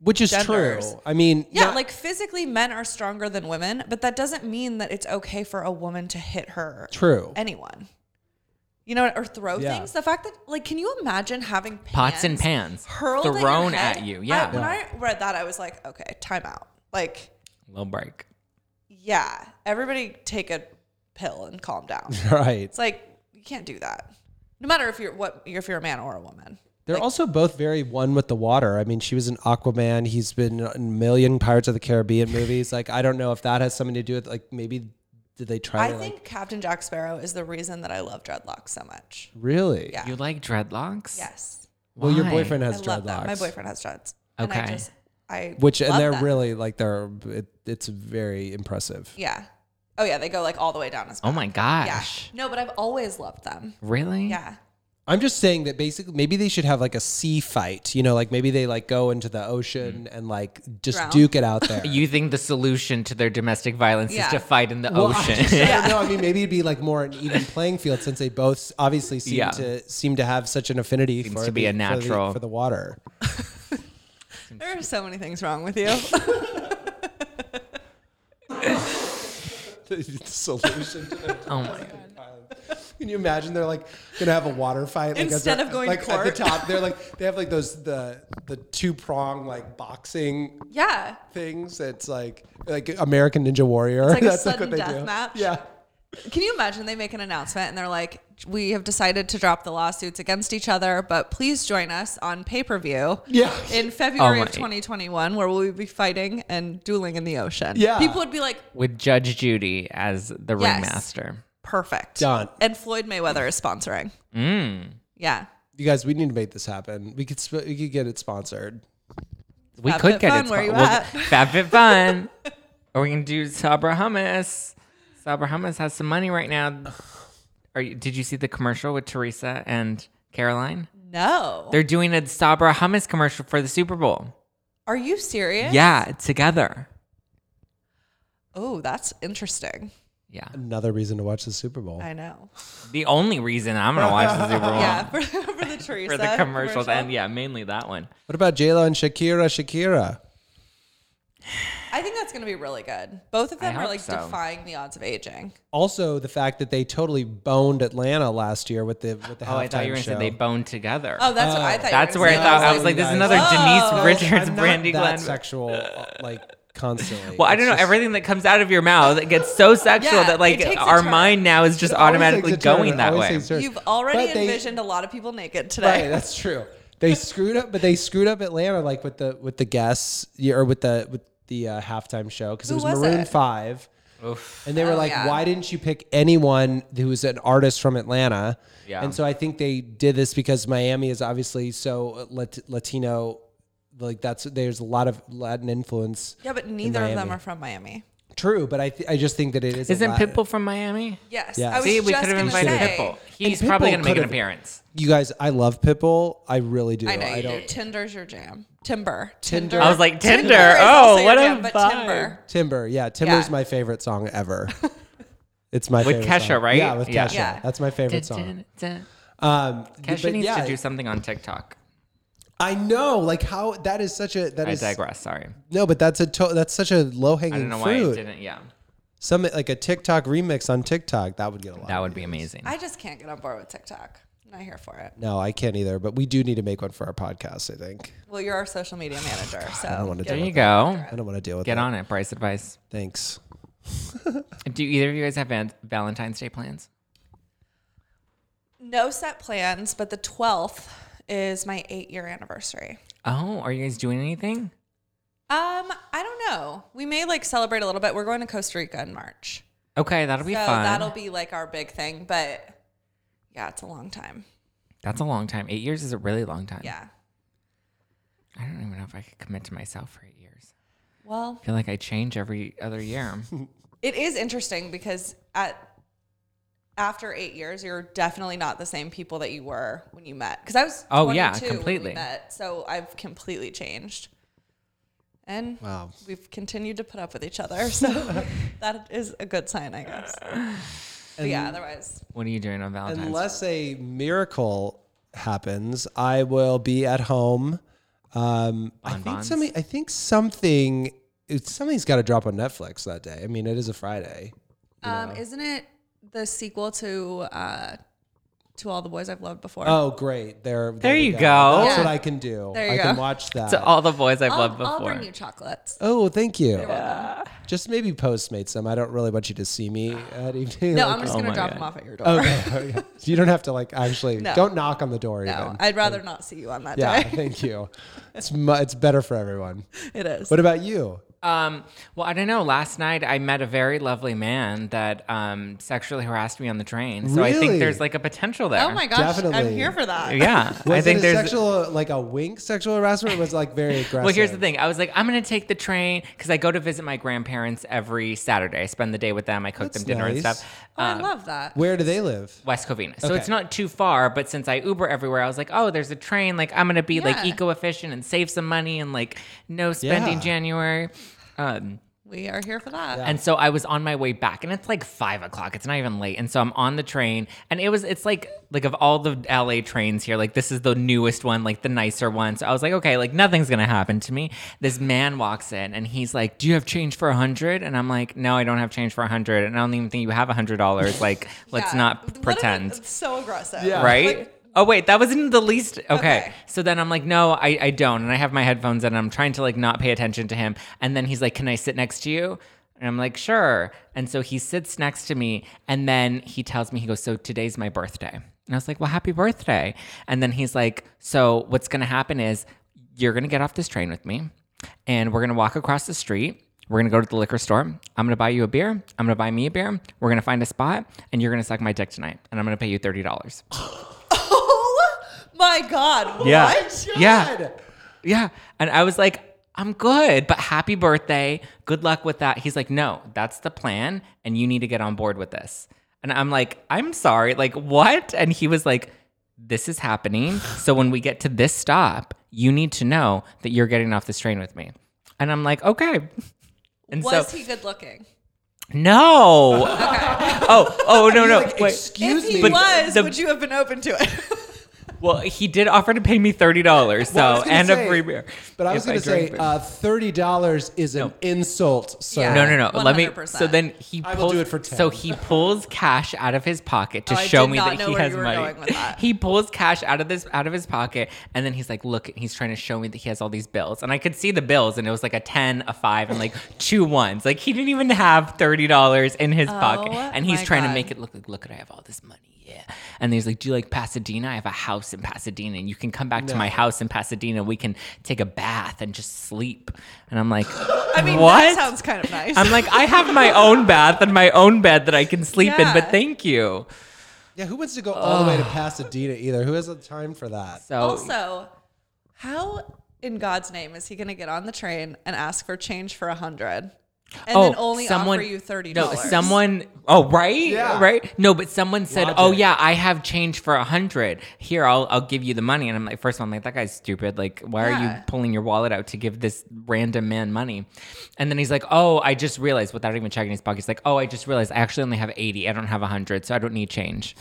S2: Which is
S3: Genders.
S2: true. I mean
S3: yeah,
S2: not-
S3: like physically, men are stronger than women, but that doesn't mean that it's okay for a woman to hit her.
S2: True.
S3: Anyone. You know, or throw
S2: Yeah.
S3: things. The fact that, like, can you imagine having pans
S1: Pots and pans
S3: hurled at your
S1: thrown
S3: head?
S1: at you.
S3: I-
S1: Yeah.
S3: when I read that, I was like, okay, time out. Like,
S1: Little break.
S3: yeah, everybody take a pill and calm
S2: (laughs)
S3: down.
S2: (laughs) right.
S3: It's like you can't do that. No matter if you're what if you're a man or a woman.
S2: They're also both very one with the water. I mean, she was in Aquaman. He's been in a million Pirates of the Caribbean movies. Like, I don't know if that has something to do with like maybe did they try
S3: I
S2: to
S3: think
S2: like
S3: Captain Jack Sparrow is the reason that I love dreadlocks so much.
S2: really?
S3: Yeah.
S1: You like dreadlocks?
S3: Yes.
S2: Well, your
S1: Why?
S2: boyfriend
S3: I
S2: has
S3: love
S2: dreadlocks.
S3: that. My boyfriend has dreads. And I
S1: Okay.
S3: just I
S2: Which and
S3: love
S2: they're
S3: them.
S2: really like they're it, it's very impressive.
S3: Yeah. Oh yeah, they go like all the way down his
S1: Oh
S3: back.
S1: my
S3: Yeah.
S1: gosh.
S3: No, but I've always loved them.
S1: Really?
S3: Yeah.
S2: I'm just saying that basically maybe they should have like a sea fight. You know, like maybe they like go into the ocean and like just
S3: Mm. Drown.
S2: duke it out there.
S1: You think the solution to their domestic violence
S3: Yeah.
S1: is to fight in the
S2: Well, I
S1: ocean?
S2: just- I, don't know. I
S3: (laughs)
S2: mean, maybe it'd be like more an even playing field since they both obviously seem
S1: Yeah.
S2: to seem to have such an affinity
S1: Seems
S2: for
S1: to be
S2: the-
S1: a
S2: for the-
S1: natural-
S2: for the, (laughs) water.
S3: There are so many things wrong with
S2: (laughs)
S3: you.
S2: solution. To their
S1: (laughs) oh my
S2: (laughs) Can you imagine? They're like gonna have a water fight like, as
S3: Instead
S2: they're-
S3: of going to
S2: like at
S3: court.
S2: the
S3: (laughs)
S2: top. They're like they have like those the the two prong like boxing
S3: yeah.
S2: things. That's like like American Ninja Warrior.
S3: like a
S2: (laughs) That's
S3: sudden death match.
S2: Yeah.
S3: Can you imagine they make an announcement and they're like, "We have decided to drop the lawsuits against each other, but please join us on pay per view
S2: Yeah.
S3: in February
S1: Oh
S3: of
S1: my-
S3: 2021, where we'll be fighting and dueling in the ocean."
S2: Yeah.
S3: people would be like,
S1: with Judge Judy as the
S3: Yes.
S1: ringmaster.
S3: "Perfect,
S2: Done.
S3: And Floyd Mayweather is sponsoring.
S1: Mm.
S3: Yeah,
S2: You guys, we need to make this happen. We could sp- we could get it sponsored.
S1: We
S3: Fab
S1: could
S3: Fit
S1: get
S3: Fun,
S1: it.
S3: where
S1: (laughs)
S3: you at? (laughs)
S1: Fun. or we can do Sabra Hummus. Sabra Hummus has some money right now. Are you, did you see the commercial with Teresa and Caroline?
S3: no,
S1: They're doing a Sabra Hummus commercial for the Super Bowl.
S3: are you serious?
S1: Yeah, together.
S3: Oh, that's interesting.
S1: Yeah.
S2: Another reason to watch the Super Bowl.
S3: I know.
S1: The only reason I'm going to watch the Super Bowl
S3: (laughs) Yeah, for, for the Teresa
S1: Oh. (laughs) for the commercials. And yeah, mainly that one.
S2: What about J Lo and Shakira? Shakira.
S3: I think that's going to be really good. Both of them are
S1: hope
S3: like
S1: so.
S3: defying the odds of aging.
S2: Also, the fact that they totally boned Atlanta last year with the with the
S1: Oh, I thought you were
S2: halftime
S1: going to
S2: show.
S1: say
S2: (laughs)
S1: they boned together.
S3: Oh, that's what
S2: Uh,
S3: I thought.
S1: That's
S3: you were
S1: where I
S3: gonna say.
S1: thought I was
S2: No,
S1: like, this is
S2: guys.
S1: another
S3: Whoa.
S1: Denise Richards,
S2: I'm not
S1: Brandy
S2: that
S1: Glenn.
S2: sexual, uh, like constantly.
S1: Well, I
S2: It's
S1: don't know.
S2: just-
S1: Everything that comes out of your mouth it gets so sexual
S3: Yeah,
S1: that like
S3: it takes a
S1: our
S3: turn.
S1: mind now is just
S2: it always
S1: automatically
S2: takes a turn.
S1: going
S2: It
S1: that
S2: always
S1: way.
S2: takes a turn.
S3: You've already
S2: But they-
S3: envisioned a lot of people naked
S2: Right,
S3: today.
S2: that's true. They screwed up, but they screwed up Atlanta like with the with the guests yeah, or with the with the uh, halftime show because it
S3: Who
S2: was,
S3: was
S2: Maroon
S3: it?
S2: Five, and they were
S3: Oh,
S2: like,
S3: yeah.
S2: "Why didn't you pick anyone who was an artist from Atlanta?"
S1: Yeah.
S2: and so I think they did this because Miami is obviously so uh, Lat- Latino. Like that's there's a lot of Latin influence.
S3: Yeah, but neither of them
S2: Miami.
S3: are from Miami.
S2: True, but I th- I just think that it is. a
S1: Isn't
S2: lot-
S1: Pitbull from Miami?
S3: Yes.
S2: Yeah.
S3: I was
S1: See, we
S3: just
S1: could have
S3: gonna
S1: invited
S3: say,
S1: Pitbull. He's
S2: Pitbull
S1: probably going to make an
S2: could've-
S1: appearance.
S2: You guys, I love Pitbull. I really do.
S3: I know you do.
S2: don't.
S3: Tinder's your jam. Timber. Tinder.
S1: I was like, Tinder?
S3: is
S1: Oh,
S3: also your
S1: what a
S3: jam, but
S1: vibe.
S3: Timber.
S2: Timber, yeah, Timber's
S3: Yeah.
S2: my favorite
S3: (laughs)
S2: song ever. It's my
S1: With
S2: favorite
S1: Kesha,
S2: song.
S1: right?
S2: Yeah, with
S1: Yeah.
S2: Kesha.
S3: Yeah.
S2: That's my favorite song.
S1: Kesha
S2: Um, but
S1: needs
S2: yeah,
S1: to do something on TikTok.
S2: I know, like how that is such a that
S1: I
S2: is
S1: digress. Sorry.
S2: no, but that's a to- that's such a low
S1: I don't
S2: hanging
S1: know why I
S2: fruit.
S1: didn't. Yeah.
S2: Some like a TikTok remix on TikTok that would get a lot.
S1: That would be amazing.
S3: I just can't get on board with TikTok. I'm not here for it.
S2: no, I can't either. But we do need to make one for our podcast. I think
S3: Well, you're our social
S2: (sighs)
S3: media manager, so
S2: I don't want to
S1: there
S2: deal
S1: you
S2: with.
S1: go.
S2: I don't want to deal with.
S1: Get
S2: that.
S1: on it. Price advice.
S2: Thanks.
S1: Do either of you guys have van- Valentine's Day plans?
S3: no set plans. But the 12th is my eight year anniversary.
S1: Oh, are you guys doing anything?
S3: Um, I don't know. We may like celebrate a little bit. We're going to Costa Rica in March,
S1: Okay, that'll be
S3: so
S1: fun.
S3: that'll be like our big thing. But yeah, it's a long time.
S1: That's a long time. Eight years is a really long time.
S3: Yeah.
S1: I don't even know if I could commit to myself for eight years.
S3: Well,
S1: I feel like I change every other
S2: (laughs)
S1: year.
S3: it is interesting because at after eight years, you're definitely not the same people that you were when you met. Because I was
S1: Oh, yeah,
S3: 22 when we
S1: completely.
S3: met, so I've completely changed, and
S2: Wow.
S3: we've continued to put up with each other. (laughs) So that is a good sign, I guess. But yeah, otherwise,
S1: what are you doing on Valentine's?
S2: Unless a miracle happens, I will be at home. Um, I think
S1: Bonbons?
S2: something. I think something. It's, something's got to drop on Netflix that day. I mean, it is a Friday.
S3: um, isn't it the sequel to uh, to all the boys I've loved before?
S2: Oh, great! There, there, we
S1: you go.
S2: That's
S3: Yeah.
S2: what I can do.
S3: There you
S2: I can
S3: go.
S2: watch that.
S1: to all the boys I've
S3: I'll,
S1: loved
S3: I'll
S1: before.
S3: bring you chocolates.
S2: oh, thank you. Just maybe postmate some. I don't really want you to see me at evening. (laughs)
S3: No,
S2: Like,
S3: I'm just
S1: oh
S3: gonna
S1: my
S3: drop
S1: God.
S3: them off at your door. (laughs)
S2: okay. okay. (laughs) you don't have to like actually.
S3: No.
S2: Don't knock on the door.
S3: No, (laughs)
S2: even.
S3: I'd rather not see you on that
S2: yeah, (laughs)
S3: day.
S2: thank you. It's mu- it's better
S3: (laughs)
S2: for everyone.
S3: It is.
S2: What about you?
S1: Um, well, I don't know. Last night I met a very lovely man that um, sexually harassed me on the train. So I
S2: Really?
S1: think there's like a potential there.
S3: Oh my gosh, I'm
S2: Definitely.
S3: here for that.
S1: (laughs) Yeah,
S2: Was
S1: I think
S2: it a
S1: there's.
S2: sexual, like a wink sexual harassment? Or was it, like very
S1: (laughs)
S2: aggressive.
S1: well, here's the thing. I was like, I'm gonna take the train because I go to visit my grandparents every Saturday. I spend the day with them. I cook
S2: That's
S1: them dinner and
S2: nice.
S1: stuff.
S3: Oh, I love that.
S2: Where do they live?
S1: West Covina. So
S2: Okay.
S1: it's not too far, but since I Uber everywhere, I was like, oh, there's a train. Like, I'm going to be like
S3: Yeah.
S1: eco efficient and save some money and like no spending
S2: Yeah.
S1: January. Um,
S3: We are here for that.
S1: and so I was on my way back, and it's like five o'clock. It's not even late, and so I'm on the train, and it was it's like like of all the LA trains here, like this is the newest one, like the nicer one. So I was like, okay, like nothing's gonna happen to me. This man walks in, and he's like, "Do you have change for a hundred? And I'm like, "No, I don't have change for a hundred, and I don't even think you have a hundred dollars. Like, let's
S3: Yeah. What
S1: not
S3: an-
S1: pretend."
S3: it's so aggressive.
S2: Yeah.
S1: right?
S3: Like, (laughs)
S1: oh wait, that wasn't the least. Okay.
S3: Okay.
S1: So then I'm like, no, I, I don't, and I have my headphones in, and I'm trying to like not pay attention to him. And then he's like, can I sit next to you? And I'm like, sure. And so he sits next to me, and then he tells me, he goes, so today's my birthday. And I was like, well, happy birthday. And then he's like, so what's gonna happen is you're gonna get off this train with me, and we're gonna walk across the street. We're gonna go to the liquor store. I'm gonna buy you a beer. I'm gonna buy me a beer. We're gonna find a spot, and you're gonna suck my dick tonight. And I'm gonna pay you thirty dollars.
S3: oh my God.
S1: Yeah.
S3: What?
S1: Yeah. Yeah. And I was like, I'm good, but happy birthday. Good luck with that. He's like, no, that's the plan. And you need to get on board with this. And I'm like, I'm sorry. Like, what? And he was like, this is happening. So when we get to this stop, you need to know that you're getting off this train with me. And I'm like, okay. And
S3: Was
S1: so,
S3: he good looking?
S1: no.
S2: (laughs)
S1: Oh, oh, no, no.
S2: Like,
S1: Wait.
S2: excuse
S3: if he
S2: me.
S1: But
S3: was,
S1: the-
S3: would you have been open to it? (laughs)
S1: Well, he did offer to pay me $30. So,
S2: Well, I was gonna
S1: and
S2: say-
S1: a free beer.
S2: But I was
S1: if
S2: going to
S1: drank
S2: say,
S1: beer.
S2: uh, thirty dollars is an insult, sir.
S3: Yeah.
S1: No, no, no. Let me.
S3: 100%.
S1: So then he
S2: I
S1: pulls.
S2: will do it for 10.
S1: So he pulls cash out of his pocket to
S3: Oh, I
S1: show
S3: did
S1: me
S3: not
S1: that
S3: know
S1: he
S3: where
S1: has
S3: you were
S1: money.
S3: going with that.
S1: He pulls cash out of this out of his pocket, and then he's like, "Look," he's trying to show me that he has all these bills, and I could see the bills, and it was like a ten, a five, and like two ones. Like he didn't even have thirty dollars in his pocket,
S3: Oh,
S1: and he's
S3: my
S1: trying to
S3: God.
S1: make it look like, "Look, at I have all this money." Yeah. And he's like, "Do you like Pasadena? I have a house in Pasadena, and you can come back to my house in Pasadena. We can take a bath and just sleep." And I'm like,
S3: I mean,
S1: what?
S3: that sounds kind of nice.
S1: I'm like, I have my own bath and my own bed that I can sleep in, but
S3: Yeah.
S1: thank you.
S2: Yeah, who wants to go all the way to Pasadena either? Who has the time for that?
S1: So
S3: also, how in God's name is he going to get on the train and ask for change for a hundred? and then only
S1: Oh, someone-
S3: offer you thirty
S1: No,
S3: dollars.
S1: someone. Oh, right,
S2: Yeah.
S1: right. No, but someone said, "Oh
S2: Logic.
S1: yeah, I have change for a hundred. Here, I'll I'll give you the money." And I'm like, first of all, I'm like, that guy's stupid. Like, why are
S3: Yeah.
S1: you pulling your wallet out to give this random man money? And then he's like, "Oh, I just realized without even checking his pocket, he's like, oh, I just realized I actually only have eighty. I don't have a hundred, so I don't need change."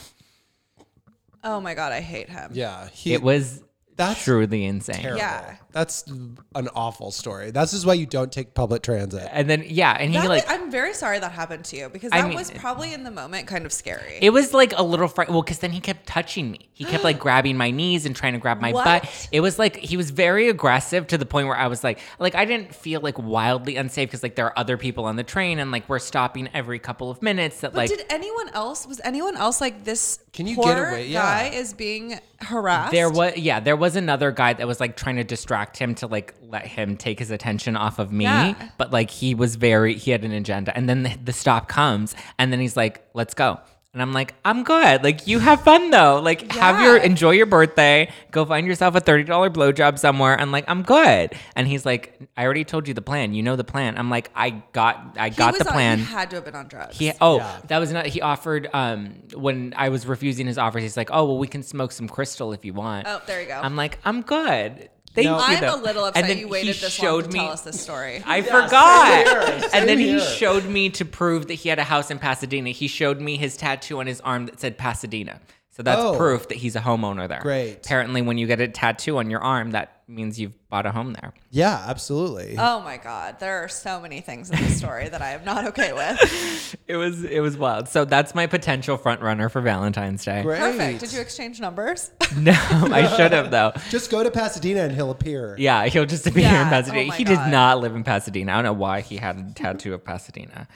S3: Oh my god, I hate him.
S2: Yeah, he,
S1: It was
S2: That's
S1: truly insane.
S2: terrible.
S3: Yeah.
S2: That's an awful story. This is why you don't take public transit.
S1: And then yeah, and he
S3: That
S1: like
S3: was- I'm very sorry that happened to you because
S1: I
S3: that
S1: mean-
S3: was probably in the moment kind of scary.
S1: It was like a little fright. Well, because then he kept touching me. He kept
S3: (gasps)
S1: like grabbing my knees and trying to grab my
S3: What?
S1: butt. It was like he was very aggressive to the point where I was like, like I didn't feel like wildly unsafe because like there are other people on the train and like we're stopping every couple of minutes. That
S3: but
S1: like
S3: did anyone else was anyone else like this
S2: Can you get
S3: poor
S2: away- yeah.
S3: guy is being harassed?
S1: there was yeah there was another guy that was like trying to distract him to like let him take his attention off of me.
S3: Yeah.
S1: But like he was very he had an agenda. And then the, the stop comes and then he's like, let's go. And I'm like, I'm good. Like you have fun though. Like have your
S3: Yeah.
S1: enjoy. enjoy your birthday. Go find yourself a $30 blowjob somewhere. And like, I'm good. And he's like, I already told you the plan. You know the plan. I'm like, I got, I
S3: He
S1: got
S3: was
S1: the
S3: on-
S1: plan.
S3: He had to have been on drugs.
S1: He oh
S2: Yeah.
S1: that was not he offered um when I was refusing his offers he's like oh well we can smoke some crystal if you want
S3: Oh, there you go.
S1: I'm like I'm good thank
S2: No.
S1: you
S3: I'm a
S1: though."
S3: little
S1: And
S3: upset
S1: then
S3: you
S1: he
S3: waited this long
S1: showed
S3: to
S1: me-
S3: tell us this story.
S1: (laughs) I
S2: same
S1: forgot
S2: here, same
S1: and then he
S2: here.
S1: showed me to prove that he had a house in Pasadena he showed me his tattoo on his arm that said Pasadena so that's
S2: Oh.
S1: proof that he's a homeowner there
S2: Great.
S1: apparently when you get a tattoo on your arm that means you've bought a home there
S2: Yeah, absolutely.
S3: oh my god, there are so many things in this story that I am not okay
S2: (laughs)
S3: with.
S1: it was it was wild so that's my potential front runner for Valentine's Day
S2: Great.
S3: Perfect. Did you exchange
S2: (laughs)
S3: numbers?
S1: (laughs) no I should have though
S2: Just go to Pasadena and he'll appear.
S1: Yeah, he'll just appear
S3: Yeah,
S1: in
S3: oh
S1: Pasadena.
S3: my
S1: he does
S3: God.
S1: not live in Pasadena. I don't know why he had a tattoo of Pasadena.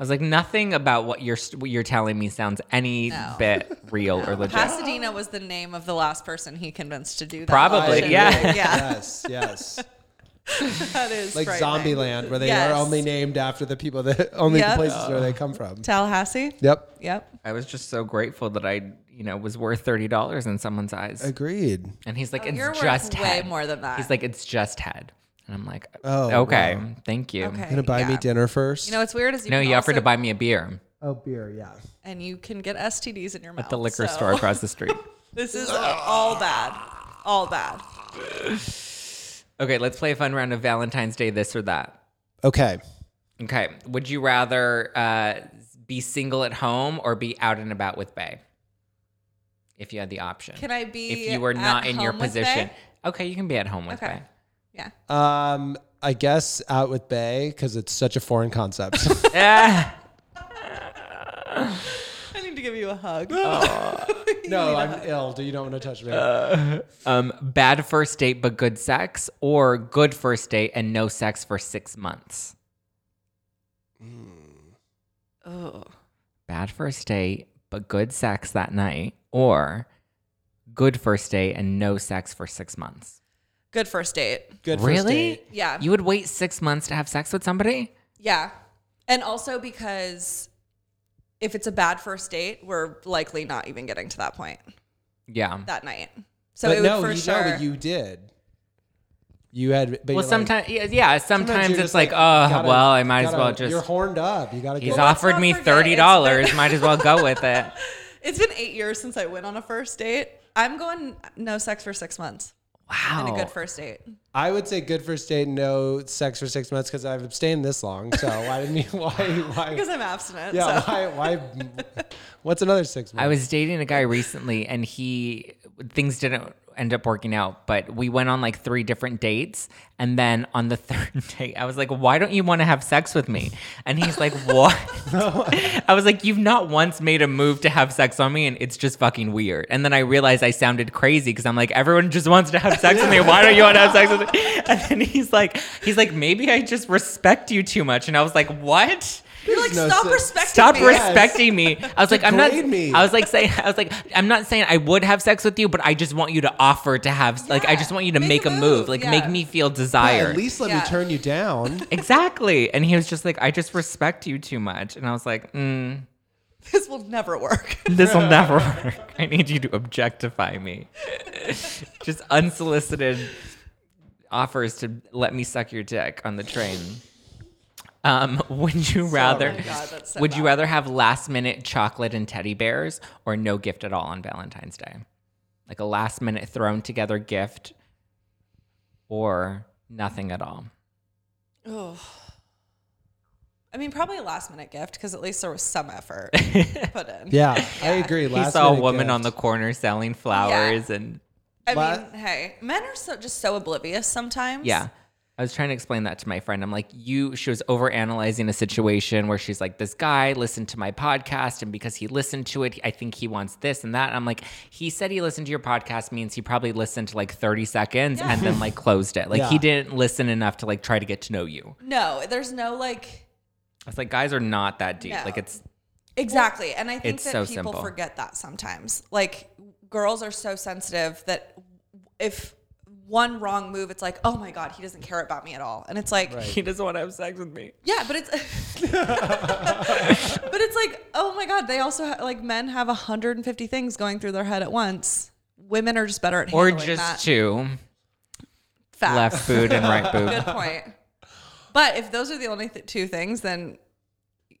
S1: I was like, nothing about what you're what you're telling me sounds any
S3: No.
S1: bit real
S3: (laughs)
S1: or legit.
S3: Pasadena was the name of the last person he convinced to do that.
S1: Probably,
S3: bullshit.
S1: yeah.
S3: (laughs) yeah.
S2: Yes, yes.
S3: that is
S2: Like
S3: frightening.
S2: Zombieland, where they
S3: Yes.
S2: are only named after the people that (laughs) only
S3: Yep.
S2: the places where they come
S3: (gasps)
S2: from.
S3: Tallahassee.
S2: Yep.
S3: Yep.
S1: I was just so grateful that I, you know, was worth thirty dollars in someone's eyes.
S2: Agreed.
S1: And he's like,
S3: Oh, you're
S1: it's
S3: worth
S1: just
S3: way
S1: head.
S3: more than that.
S1: He's like, it's just head. And I'm like,
S2: Oh,
S1: okay,
S2: wow.
S1: thank you.
S3: Okay.
S2: Gonna buy me
S3: yeah.
S2: dinner first.
S3: You know what's weird is you
S1: No,
S3: can
S1: he offered
S3: also-
S1: to buy me a beer
S2: oh, beer. Yeah.
S3: and you can get STDs in your mouth
S1: at the liquor
S3: so-
S1: store across the street.
S3: (laughs) This is all bad, all bad.
S1: Okay, let's play a fun round of Valentine's Day this or that.
S2: Okay.
S1: Okay. Would you rather uh, be single at home or be out and about with Bay? If you had the option.
S3: Can I be
S1: If you were
S3: at
S1: not in your
S3: home with
S1: position.
S3: Bay?
S1: Okay, you can be at home with
S3: Okay.
S1: Bay.
S3: Yeah.
S2: Um, I guess out with Bay because it's such a
S3: (laughs)
S2: foreign concept.
S1: Ah,
S2: (laughs)
S3: I need to give you a (laughs) hug.
S2: no, I'm ill. Do you don't want to touch
S1: (laughs)
S2: me?
S3: Uh,
S1: um, bad first date but good sex, or good first date and no sex for six months.
S3: Oh.
S1: Bad first date but good sex that night, or good first date and no sex for six months.
S3: Good first date.
S2: Good. First
S1: really?
S2: date.
S3: Yeah.
S1: You would wait six months to have sex with somebody?
S3: yeah. And also because if it's a bad first date, we're likely not even getting to that point
S1: Yeah.
S3: that night. So
S2: but
S3: it would
S2: no,
S3: for
S2: you
S3: sure.
S2: know, but you did. You had. But
S1: Well,
S2: you're like-
S1: sometimes, yeah, yeah, sometimes,
S2: you're
S1: it's
S2: just
S1: like, oh,
S2: gotta-
S1: well, I might as
S2: gotta-
S1: well
S2: You're
S1: just.
S2: horned up. You gotta
S1: He's
S2: go.
S3: Well, let's
S1: offered
S3: not
S1: me
S3: forget, it's
S1: thirty dollars. might as well go with it.
S3: it's been eight years since I went on a first date. I'm going no sex for six months
S1: Wow.
S3: and a good first date.
S2: I would say good first date, no sex for six months because I've abstained this long. (laughs) So why didn't you? Why? Why?
S3: Because I'm abstinent.
S2: yeah.
S3: so.
S2: Why? Why? What's another six months?
S1: I was dating a guy recently, and he things didn't end up working out. But we went on like three different dates, and then on the (laughs) third date, I was like, "Why don't you want to have sex with me?" And he's like, (laughs) "What?" I was like, "You've not once made a move to have sex on me, and it's just fucking weird." And then I realized I sounded crazy because I'm like, "Everyone just wants to have sex with me. Why don't you want to have sex with me?" (laughs) And then he's like, "He's like, maybe I just respect you too much." And I was like, "What?"
S3: You're like,
S2: No
S3: stop
S2: sex.
S3: respecting
S1: Stop
S3: me.
S2: res-
S1: respecting me. I was like, I'm not.
S2: Degrade me.
S1: I was like saying, I was like, I'm not saying I would have sex with you, but I just want you to offer to have. Like, I
S3: Yeah.
S1: just want you to
S3: Make
S1: make,
S3: a
S1: a move.
S3: move.
S1: Like,
S3: Yeah.
S1: make me feel
S2: Yeah,
S1: desired.
S2: at least let
S3: Yeah.
S2: me turn you down.
S1: exactly. And he was just like, I just respect you too much. And I was like,
S3: (laughs)
S1: mm,
S3: (laughs) this will
S1: (laughs)
S3: never work.
S1: this will never work. I need you to objectify me. (laughs) just unsolicited offers to let me suck your dick on the train. Um, (laughs) would you rather?
S3: Oh God, that's so
S1: would you
S3: bad.
S1: rather have last minute chocolate and teddy bears or no gift at all on Valentine's Day? Like a last minute thrown together gift or nothing at all?
S3: Ugh. I mean, probably a last minute gift because at least there was
S1: (laughs)
S3: some effort put in.
S2: (laughs) Yeah, I agree.
S1: He
S2: Last
S1: saw a
S2: minute
S1: woman
S2: gift.
S1: on the (laughs) corner selling flowers and
S3: I
S2: La-
S3: mean, hey, men are so just so oblivious sometimes.
S1: yeah. I was trying to explain that to my friend. I'm like, you, she was overanalyzing a situation where she's like, this guy listened to my podcast, and because he listened to it, I think he wants this and that. I'm like, he said he listened to your podcast means he probably listened to like 30 seconds and then like closed it. Like, he
S2: Yeah.
S1: didn't listen enough to like try to get to know you.
S3: No, there's no like
S1: I was like, guys are not that deep.
S3: No.
S1: Like, it's,
S3: exactly, and I think
S1: It's
S3: that
S1: so
S3: people
S1: simple.
S3: forget that sometimes. Like girls are so sensitive that if one wrong move, it's like, oh my god, he doesn't care about me at all, and it's like,
S1: he doesn't want to have sex with me.
S3: Yeah, but it's (laughs) but it's like, oh my god, they also ha- like men have 150 things going through their head at once. Women are just better at
S1: Or
S3: handling
S1: just
S3: that.
S1: two
S3: Fact.
S1: left boob and right boob.
S3: (laughs) Good point. But if those are the only th- two things, then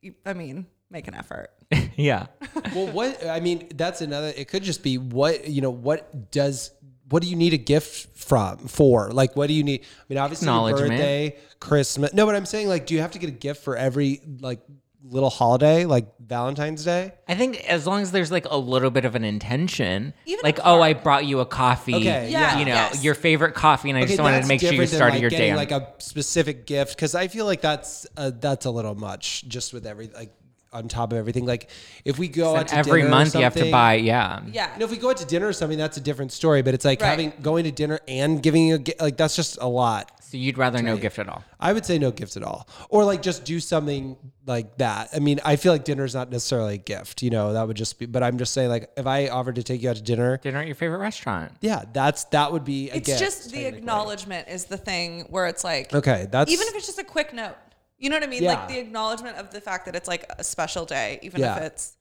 S3: you- I mean, make
S1: (laughs)
S3: an effort.
S1: yeah.
S2: well, what I mean, that's another. It could just be what you know. What does what do you need a gift from for? Like, what do you need? I mean, obviously, your
S1: Acknowledgement.
S2: birthday, Christmas. No, but I'm saying, like, do you have to get a gift for every like little holiday, like Valentine's Day?
S1: I think as long as there's like a little bit of an intention,
S3: Even a
S1: like oh, I brought you a coffee,
S2: Okay,
S3: Yeah,
S1: you know,
S3: yes.
S1: your favorite coffee, and I just
S2: Okay,
S1: wanted to
S2: that's
S1: make sure you
S2: different than,
S1: started
S2: like,
S1: your day.
S2: getting,
S1: on-
S2: like a specific gift because I feel like that's uh, that's a little much just with every like on top of everything. Like if we go
S1: and
S2: out to
S1: every
S2: dinner or
S1: month you have to
S2: something-
S1: buy, yeah,
S3: Yeah.
S2: You know, if we go out to dinner or something, that's a different story. But it's like
S3: Right.
S2: having going to dinner and giving a gi- like that's just a lot.
S1: So you'd rather no gift at all.
S2: I would say no gifts at all, or like just do something like that. I mean, I feel like dinner is not necessarily a gift. You know, that would just be. But I'm just saying, like, if I offered to take you out to dinner,
S1: Dinner at your favorite restaurant.
S2: yeah, that's that would be. A
S3: it's
S2: gift,
S3: just the
S2: technically.
S3: acknowledgement is the thing where it's like
S2: Okay, that's
S3: even if it's just a quick note. You know what I mean?
S2: Yeah.
S3: Like the acknowledgement of the fact that it's like a special day, even
S2: Yeah.
S3: if it's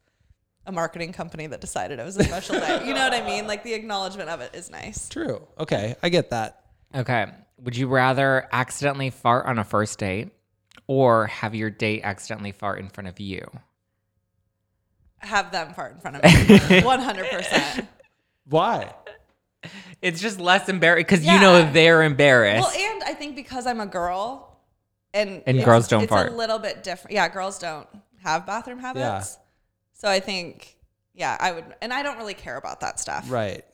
S3: a marketing company that decided it was a special day. You know what I mean? Like the acknowledgement of it is nice.
S2: true. Okay, I get that.
S1: Okay, would you rather accidentally fart on a first date, or have your date accidentally fart in front of you?
S3: Have them fart in front of
S2: (laughs)
S3: me. 100%.
S2: Why?
S1: It's just less embarrassing because you
S3: Yeah.
S1: know they're embarrassed.
S3: well, and I think because I'm a girl and,
S1: And
S3: it's-
S1: girls don't
S3: it's
S1: fart.
S3: a little bit different. Yeah, girls don't have bathroom habits. So I think, yeah, I would. And I don't really care about that stuff.
S2: Right.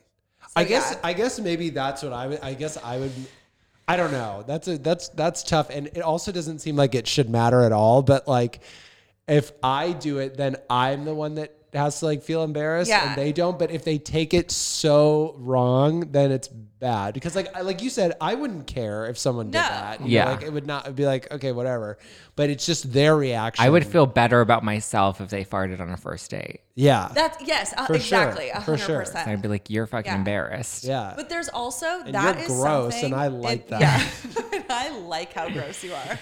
S2: I guess
S3: yeah.
S2: I guess maybe that's what I would I guess I would I don't know. That's a that's that's tough and it also doesn't seem like it should matter at all, but like if I do it then I'm the one that has to like feel embarrassed
S3: Yeah.
S2: and they don't, but if they take it so wrong, then it's bad. Because like I- like you said, I wouldn't care if someone did
S3: No.
S2: that. you know,
S1: Yeah.
S2: Like it would not it'd be like, okay, whatever. But it's just their reaction.
S1: I would feel better about myself if they farted on a first date.
S2: Yeah.
S3: That's, yes, uh,
S2: For sure.
S3: exactly. a
S2: For
S3: 100%.
S2: sure.
S1: I'd be like, you're fucking
S3: Yeah.
S1: embarrassed.
S2: yeah.
S3: But there's also that is
S2: you're gross, and
S3: something-
S2: I like that.
S3: Yeah, (laughs) I like how gross you are.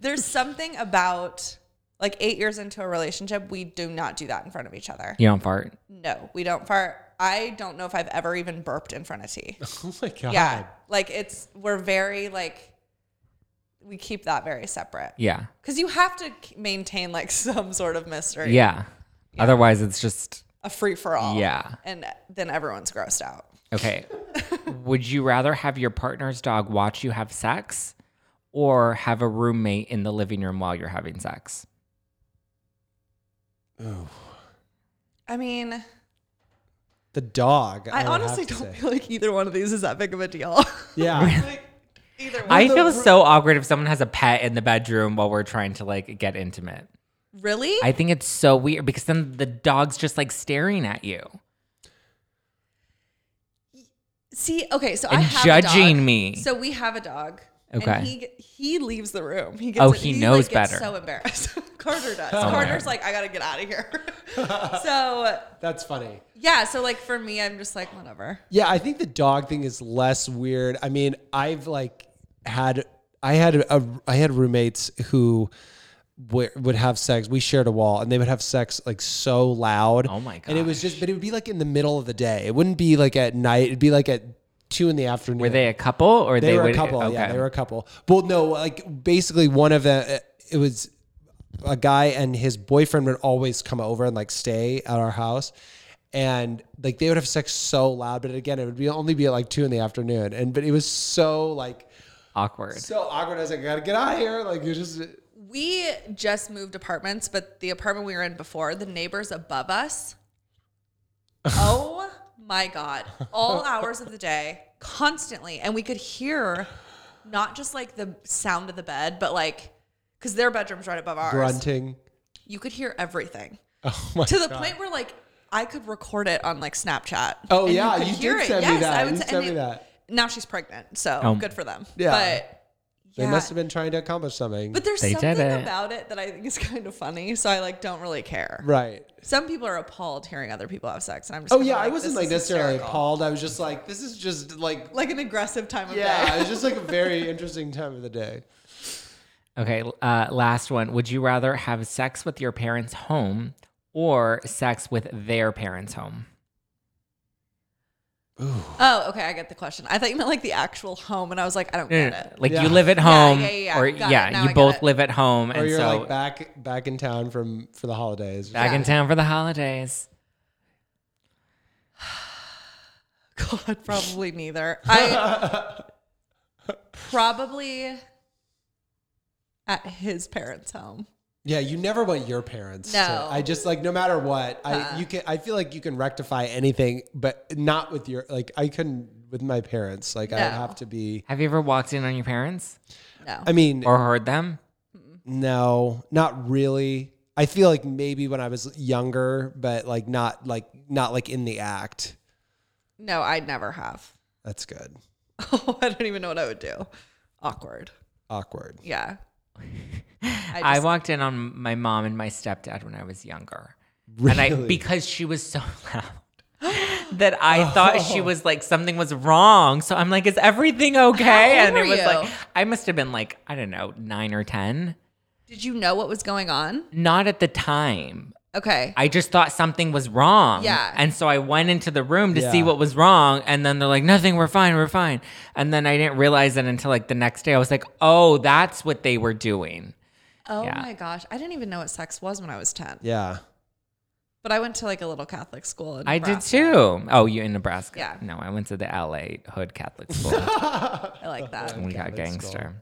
S3: There's something about like eight years into a relationship, we do not do that in front of each other.
S1: You don't fart.
S3: No, we don't fart. I don't know if I've ever even burped in front of
S2: (laughs)
S3: tea.
S2: (laughs) oh my god.
S3: Yeah, like it's we're very like we keep that very separate
S1: Yeah.
S3: because you have to k- maintain like (laughs) some sort of mystery.
S1: Yeah. Otherwise, it's just
S3: a free for all.
S1: Yeah.
S3: and then everyone's grossed out.
S1: okay. (laughs) Would you rather have your partner's dog watch you have sex or have a roommate in the living room while you're having sex?
S3: I mean,
S2: The dog.
S3: I,
S2: would have
S3: honestly
S2: to
S3: don't
S2: say.
S3: feel like either one of these is that big of a deal. (laughs)
S2: Yeah. (laughs)
S3: like, either one.
S1: I feel so awkward if someone has a pet in the bedroom while we're trying to like get intimate.
S3: really?
S1: I think it's so weird because then the dog's just like staring at you
S3: See, okay, so I
S1: and
S3: have a
S1: judging
S3: dog.
S1: me.
S3: So we have a dog.
S1: Okay.
S3: And he ge- he leaves the room. He gets
S1: Oh, he
S3: he's,
S1: knows
S3: like, gets
S1: better. Oh,
S3: So embarrassed. (laughs) Carter does.
S1: my
S3: Carter's
S1: God.
S3: like, I gotta get out of
S2: (laughs)
S3: here. so
S2: That's funny.
S3: yeah, so like for me, I'm just like whatever.
S2: Yeah, I think the dog thing is less weird. I mean, I've like had I had a I had roommates who were, would have sex. We shared a wall, and they would have sex like so loud.
S1: Oh my
S2: And it was just, but it would be like in the middle of the day. It wouldn't be like at night. It'd be like at two in the afternoon.
S1: were they a couple or
S2: They, were
S1: would,
S2: a couple.
S1: Okay.
S2: Yeah, they were a couple. Well, no, like basically one of them. it was a guy and his boyfriend would always come over and like stay at our house. And like they would have sex so loud, but again, it would be only be at like two in the afternoon. And but it was so like
S1: Awkward.
S2: so awkward. I was like, I gotta get out of here. Like you just
S3: We just moved apartments, but the apartment we were in before, the neighbors above
S2: (laughs)
S3: us. Oh my God.
S2: (laughs)
S3: All hours of the day, constantly. And we could hear not just like the sound of the bed, but like, because their bedroom's right above ours.
S2: grunting. (laughs)
S3: You could hear everything
S2: Oh my
S3: to the
S2: God.
S3: point where like I could record it on like Snapchat.
S2: Oh,
S3: And
S2: yeah,
S3: could
S2: you
S3: hear
S2: did
S3: it.
S2: send me
S3: Yes,
S2: that.
S3: I would
S2: You
S3: se- and
S2: sent me
S3: it-
S2: that.
S3: Now she's pregnant, so
S1: Oh.
S3: good for them.
S2: Yeah.
S3: but
S2: They
S3: yeah.
S2: must have been trying to accomplish something.
S3: But there's
S1: They did
S3: something
S1: it.
S3: about it that I think is (laughs) kind of funny, so I like don't really care.
S2: right.
S3: Some people are appalled hearing other people have sex, and I'm just
S2: Oh
S3: kinda
S2: yeah, I
S3: like,
S2: wasn't
S3: this
S2: like
S3: is
S2: necessarily
S3: hysterical.
S2: appalled. I was just like, this is just like
S3: (laughs) Like an aggressive time of
S2: yeah,
S3: day. (laughs)
S2: (laughs) it was just like a very interesting time of the day.
S1: Okay, uh, last one. Would you rather have sex with your parents' home or sex with their parents' home?
S3: oh, okay, I get the question. I thought you meant like the actual home, and I was like, I don't
S1: No, no,
S3: get
S1: no.
S3: it.
S1: Eh,
S3: (laughs)
S1: Like
S2: Yeah.
S1: you live at
S3: Yeah, yeah,
S1: home,
S3: yeah, yeah.
S1: or
S3: Got it.
S1: yeah,
S3: Now I
S1: you
S3: get
S1: both
S3: it.
S1: live at home,
S2: or
S1: and
S2: you're
S1: so
S2: like back back in town from for the holidays.
S1: back in
S3: Yeah.
S1: town for the holidays.
S3: God, probably neither. I
S2: (laughs)
S3: probably at his parents' home.
S2: Yeah, you never want your parents.
S3: No.
S2: To, I just like no matter what,
S1: Uh-uh.
S2: I you can I feel like you can rectify anything, but not with your like I couldn't with my parents. Like I would
S3: No.
S2: have to be.
S1: Have you ever walked in on your parents
S3: No.
S2: I mean,
S1: or heard them?
S2: no, not really. I feel like maybe when I was younger, but like not like not like in the act.
S3: no, I'd never have. (laughs)
S2: That's good.
S3: Oh, I don't even know what I would do. Awkward.
S2: Awkward.
S1: (laughs)
S3: Yeah. I
S1: I,
S3: just-
S1: walked in on my mom and my stepdad when I was younger, and I because she was so (laughs) loud. That I
S3: Oh.
S1: thought she was like something was wrong, so I'm like, "Is everything okay?"
S3: How
S1: and
S3: old
S1: it
S3: were
S1: was
S3: you?
S1: like, I must have been like, I don't know, nine or ten.
S3: Did you know what was going on?
S1: Not at the time.
S3: Okay.
S1: I just thought something was wrong.
S3: Yeah.
S1: And so I went into the room to see
S2: Yeah.
S1: what was wrong. And then they're like, nothing, we're fine, we're fine. And then I didn't realize it until like the next day. I was like, oh, that's what they were doing.
S3: oh
S1: yeah.
S3: my gosh. I didn't even know what sex was when I was 10.
S2: Yeah.
S3: But I went to like a little Catholic school. In
S1: I did
S3: Nebraska.
S1: too. Oh, you in Nebraska?
S3: Yeah.
S1: No, I went to the LA Hood Catholic
S3: (laughs)
S1: school.
S3: I
S1: (laughs)
S3: like that.
S1: we got
S2: Catholic
S1: gangster.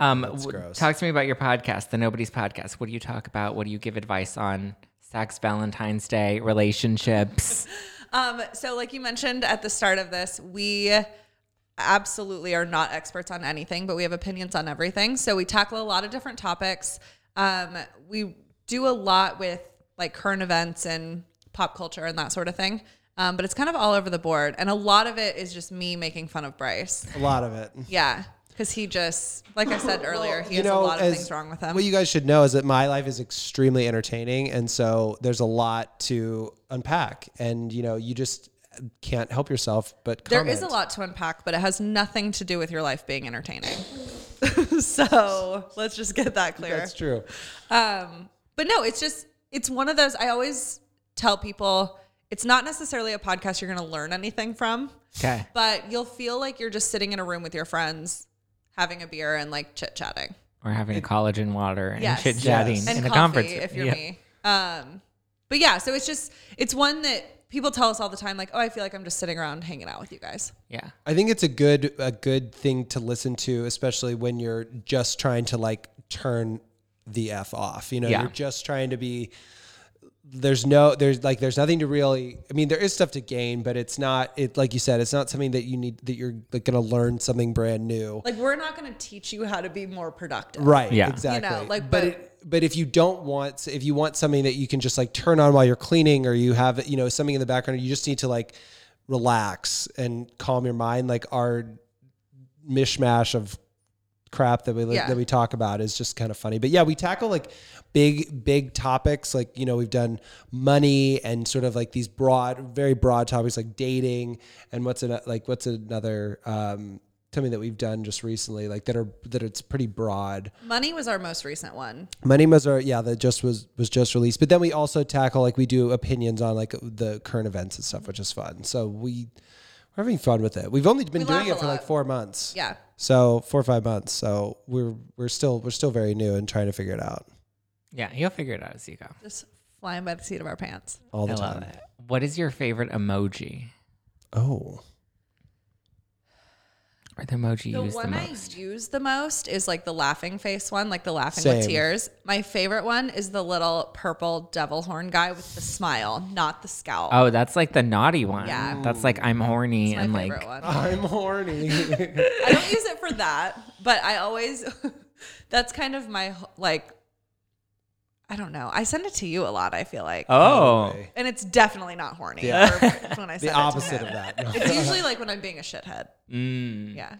S1: Um, w-
S2: gross.
S1: talk to me about your podcast, the Nobody's Podcast. What do you talk about? What do you give advice on? Sex, Valentine's Day,
S3: (laughs)
S1: relationships.
S3: Um, so, like you mentioned at the start of this, we absolutely are not experts on anything, but we have opinions on everything. So, we tackle a lot of different topics. Um, we do a lot with like current events and pop culture and that sort of thing. Um, but it's kind of all over the board. And a lot of it is just me making fun of Bryce.
S2: A lot of it.
S3: Yeah. Because he just, like I said earlier, he
S2: you
S3: has
S2: know,
S3: a lot of
S2: as-
S3: things wrong with him.
S2: What you guys should know is that my life is extremely entertaining, and so there's a lot to unpack, and you know, you just can't help yourself but
S3: There
S2: comment.
S3: is a lot to unpack, but it has nothing to do with your life
S1: (laughs)
S3: being entertaining. so let's just get that clear.
S2: That's true.
S3: Um, but no, it's just it's one of those. I always tell people it's not necessarily a podcast you're going to learn anything from,
S1: Okay.
S3: but you'll feel like you're just sitting in a room with your friends, having a beer and like chit chatting
S1: Or having collagen water and
S3: Yes.
S1: chit chatting
S2: Yes.
S1: in
S3: and
S1: a
S3: coffee
S1: conference room.
S3: if you're
S1: Yeah.
S3: me. Um, but yeah, so it's just it's one that people tell us all the time, like, oh, I feel like I'm just sitting around hanging out with you guys.
S1: Yeah.
S2: I think it's a good a good thing to listen to, especially when you're just trying to like turn the f off. You know,
S1: Yeah.
S2: you're just trying to be. There's no there's like there's nothing to really. I mean, there is stuff to gain, but it's not. It like you said, it's not something that you need that you're like, going to learn something brand new.
S3: Like, we're not going to teach you how to be more productive.
S2: Right.
S1: Yeah. You know,
S2: Exactly.
S3: like,
S2: but
S3: but-
S2: it, but if you don't want if you want something that you can just like turn on while you're cleaning or you have you know something in the background, you just need to like relax and calm your mind. Like our mishmash of crap that we li-
S3: Yeah.
S2: that we talk about is just kind of funny. But yeah, we tackle like big big topics like you know we've done money and sort of like these broad very broad topics like dating and what's an, like what's another um something that we've done just recently like that are that it's pretty broad.
S3: Money was our most recent one.
S2: Money Mazar, uh, yeah, that just was was just released. But then we also tackle like we do opinions on like the current events and stuff, which is fun. So we we're having fun with it. We've only been
S3: We laugh
S2: doing
S3: a
S2: it for like
S3: lot.
S2: four months.
S3: Yeah.
S2: So four or five months. So we're we're still we're still very new and trying to figure it out
S1: Yeah, you'll figure it out as you go.
S3: Just flying by the seat of our pants.
S2: all the
S1: I
S2: time.
S1: love it. What is your favorite emoji?
S2: Oh.
S1: Or the emoji
S3: The
S1: you use the
S3: one I
S1: most?
S3: use the most is like the laughing face one, like the laughing with
S2: Same.
S3: tears. My favorite one is the little purple devil horn guy with the smile, not the scowl.
S1: oh, that's like the naughty one.
S3: Yeah.
S1: That's like I'm horny
S3: my
S1: and like
S3: favorite one.
S2: I'm (laughs) horny.
S3: I don't use it for that, but I always (laughs) that's kind of my h- like I don't know. I send it to you a lot, I feel like.
S1: oh.
S2: way.
S3: And it's definitely not horny.
S2: Yeah.
S3: or When I
S1: (laughs)
S2: the
S3: send
S2: opposite
S3: it to
S2: of
S3: him.
S2: that. No.
S3: It's usually like when I'm being a shithead.
S1: Mm.
S3: Yeah.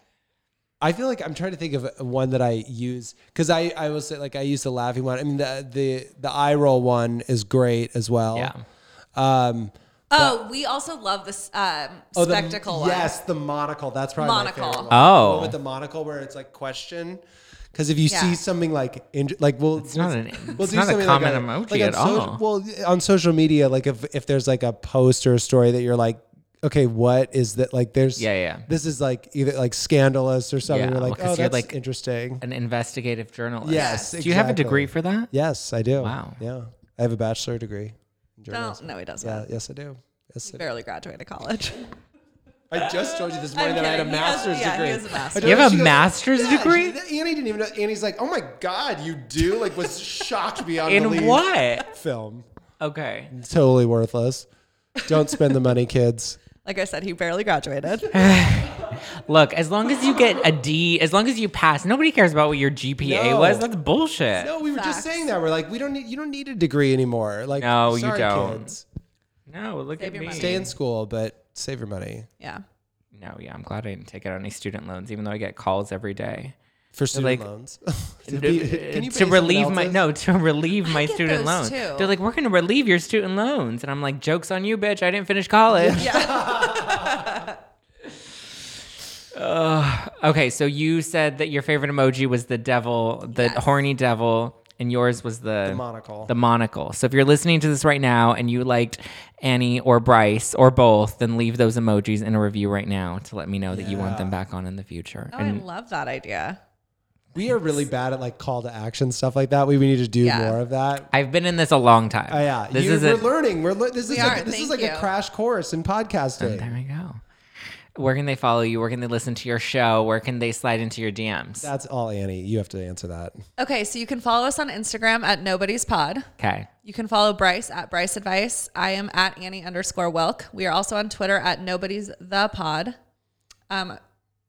S2: I feel like I'm trying to think of uh, one that I use because I I will say like I use the laughing one. I mean the the the eye roll one is great as well.
S1: Yeah.
S2: Um.
S3: Oh, we also love this um,
S2: oh, the-
S3: spectacle one.
S2: Yes, the monocle. That's probably my
S3: Monocle.
S2: favorite one.
S1: Oh.
S2: The one with the monocle where it's like question. Because if you
S3: Yeah.
S2: see something like in, like we'll
S1: It's not an-
S2: we'll
S1: it's
S2: do
S1: not a
S2: something
S1: common
S2: like
S1: emoji
S2: like on
S1: at all.
S2: social- Well, on social media, like if if there's like a post or a story that you're like. Okay, what is that? Like, there's
S1: Yeah, yeah.
S2: This is like either like scandalous or something.
S1: Yeah,
S2: you're
S1: well,
S2: like,
S1: 'cause
S2: oh,
S1: you're,
S2: that's
S1: like-
S2: interesting.
S1: An investigative journalist.
S2: Yes,
S1: Do you have a
S2: exactly.
S1: degree for that?
S2: Yes, I do.
S1: Wow.
S2: Yeah, I have a bachelor degree. In
S3: No,
S2: journalism.
S3: no, he doesn't.
S2: Yeah. Yes, I do. Yes, I, do.
S3: Barely graduated college.
S2: I just told you this
S3: I'm
S2: morning that I had a
S3: kidding. He has-
S2: master's
S3: yeah, he
S2: degree.
S3: has a
S2: I
S3: master's.
S2: told
S1: You
S2: her,
S1: have a
S2: she goes,
S1: master's
S2: "Yeah,"
S1: degree?
S2: She, Annie didn't even know. Annie's like, oh my god, you do? Like, was shocked beyond
S1: In
S2: belief.
S1: what?
S2: film?
S1: Okay.
S2: It's totally worthless. Don't spend the money, kids.
S3: Like I said, he barely graduated.
S1: Look, as long as you get a D, as long as you pass, nobody cares about what your GPA
S2: No.
S1: was. That's bullshit.
S2: No, we were just
S3: Facts.
S2: saying that. We're like, we don't need. You don't need a degree anymore. Like,
S1: No, you
S2: sorry,
S1: don't.
S2: Kids.
S1: No, look
S3: Save
S1: at
S3: your
S1: me.
S3: money.
S2: Stay in school, but save your money
S3: Yeah.
S1: no, yeah, I'm glad I didn't take out any student loans, even though I get calls every day.
S2: for student
S1: like, (laughs)
S2: loans.
S1: to,
S2: Can you pay
S1: to
S2: someone
S1: relieve my
S2: else's?
S1: no to relieve my
S3: get
S1: student loans.
S3: those too.
S1: They're like, we're gonna relieve your student loans, and I'm like, jokes on you, bitch! I didn't finish college. (laughs) Ugh. okay, so you said that your favorite emoji was the devil, the horny devil, and yours was the, the
S2: monocle.
S1: The monocle. So if you're listening to this right now and you liked Annie or Bryce or both, then leave those emojis in a review right now to let me know that you want them back on in the future.
S3: Oh, I
S1: and
S3: love that idea.
S2: We are really bad at like call to action stuff like that. We, we need to do
S3: Yeah.
S2: more of that.
S1: I've been in this a long time.
S2: Oh yeah,
S1: this
S2: You-
S1: is
S2: we're
S1: a,
S2: learning. We're lear- this is
S3: We
S2: like,
S3: are.
S2: this is
S3: Thank
S2: like a
S3: you.
S2: crash course in
S1: There
S2: podcasting.
S1: we go. Where can they follow you? Where can they listen to your show? Where can they slide into your DMs?
S2: That's all, Annie. You have to answer that.
S3: Okay, so you can follow us on Instagram at Nobody's Pod.
S1: Okay.
S3: You can follow Bryce at Bryce Advice. I am at Annie underscore Welk. We are also on Twitter at Nobody's The Pod. Um,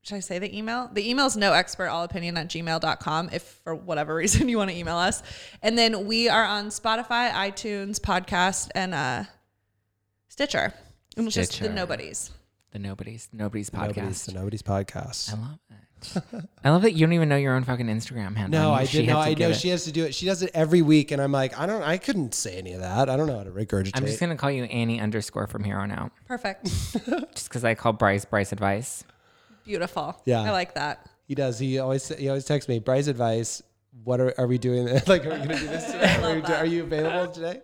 S3: should I say the email? The email is no expert all opinion at gmail.com if for whatever (laughs) reason you want to email us. And then we are on Spotify, iTunes, podcast, and uh, Stitcher. And it's just the
S1: Stitcher.
S3: Nobody's.
S1: The Nobody's Nobody's podcast.
S2: Nobody's to nobody's podcast.
S1: I love it. I love that you don't even know your own fucking Instagram handle.
S2: No,
S1: You-
S2: I
S1: she
S2: did
S1: had
S2: know.
S1: to
S2: I
S1: give
S2: know
S1: it.
S2: she has to do it. She does it every week, and I'm like, I don't. I couldn't say any of that. I don't know how to regurgitate.
S1: I'm just gonna call you Annie underscore from here on out, (laughs)
S3: Perfect.
S1: just because I call Bryce Bryce advice.
S3: Beautiful.
S2: Yeah.
S3: I like that.
S2: he does. He always he always texts me. Bryce advice. What are, are we doing? (laughs) like, are we gonna do this
S1: (laughs)
S2: today? Are, we, are you available today?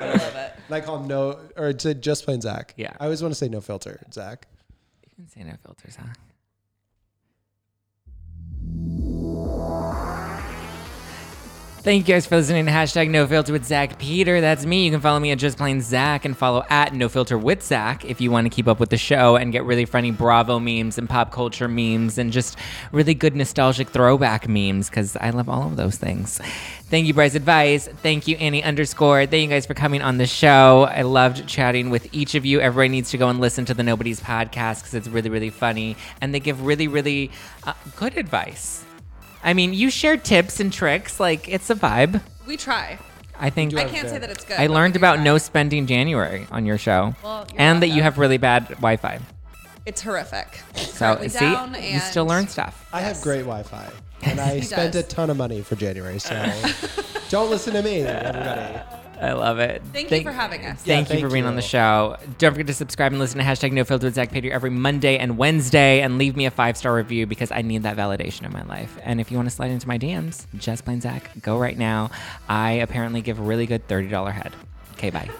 S3: I love it.
S2: And I call him no or to just plain Zach.
S1: Yeah.
S2: I always want to say no filter, Zach.
S1: You can say no filters, huh? Thank you guys for listening to hashtag no filter with Zach Peter. That's me. You can follow me at just plain Zach and follow at no filter with Zach if you want to keep up with the show and get really funny Bravo memes and pop culture memes and just really good nostalgic throwback memes because I love all of those things. Thank you, Bryce Advice. Thank you, Annie underscore. Thank you guys for coming on the show. I loved chatting with each of you. Everybody needs to go and listen to the Nobody's podcast because it's really, really funny and they give really, really uh, good advice. I mean, you share tips and tricks. Like, it's a vibe.
S3: We try.
S1: I think
S3: I
S1: I,
S3: can't say that it's good. but we
S1: learned
S3: do
S1: about
S3: try.
S1: no spending January on your show,
S3: Well, you're
S1: and that you
S3: welcome.
S1: have really bad Wi-Fi.
S3: It's horrific. It's
S1: So
S3: currently
S1: see,
S3: down
S1: you still
S3: and-
S1: learn stuff.
S2: I have great Wi-Fi, and I spent
S3: does.
S2: a ton of money for
S1: (laughs)
S2: January, so don't listen to me, everybody.
S1: I love it.
S3: Thank you for having us.
S1: Thank
S2: Yeah,
S1: you for
S2: thank
S1: being on
S2: you.
S1: the show. Don't forget to subscribe and listen to hashtag no filter with Zach Pater every Monday and Wednesday and leave me a five star review because I need that validation in my life. And if you want to slide into my DMs, just plain Zach, go right now. I apparently give a really good $30 head. Okay, bye.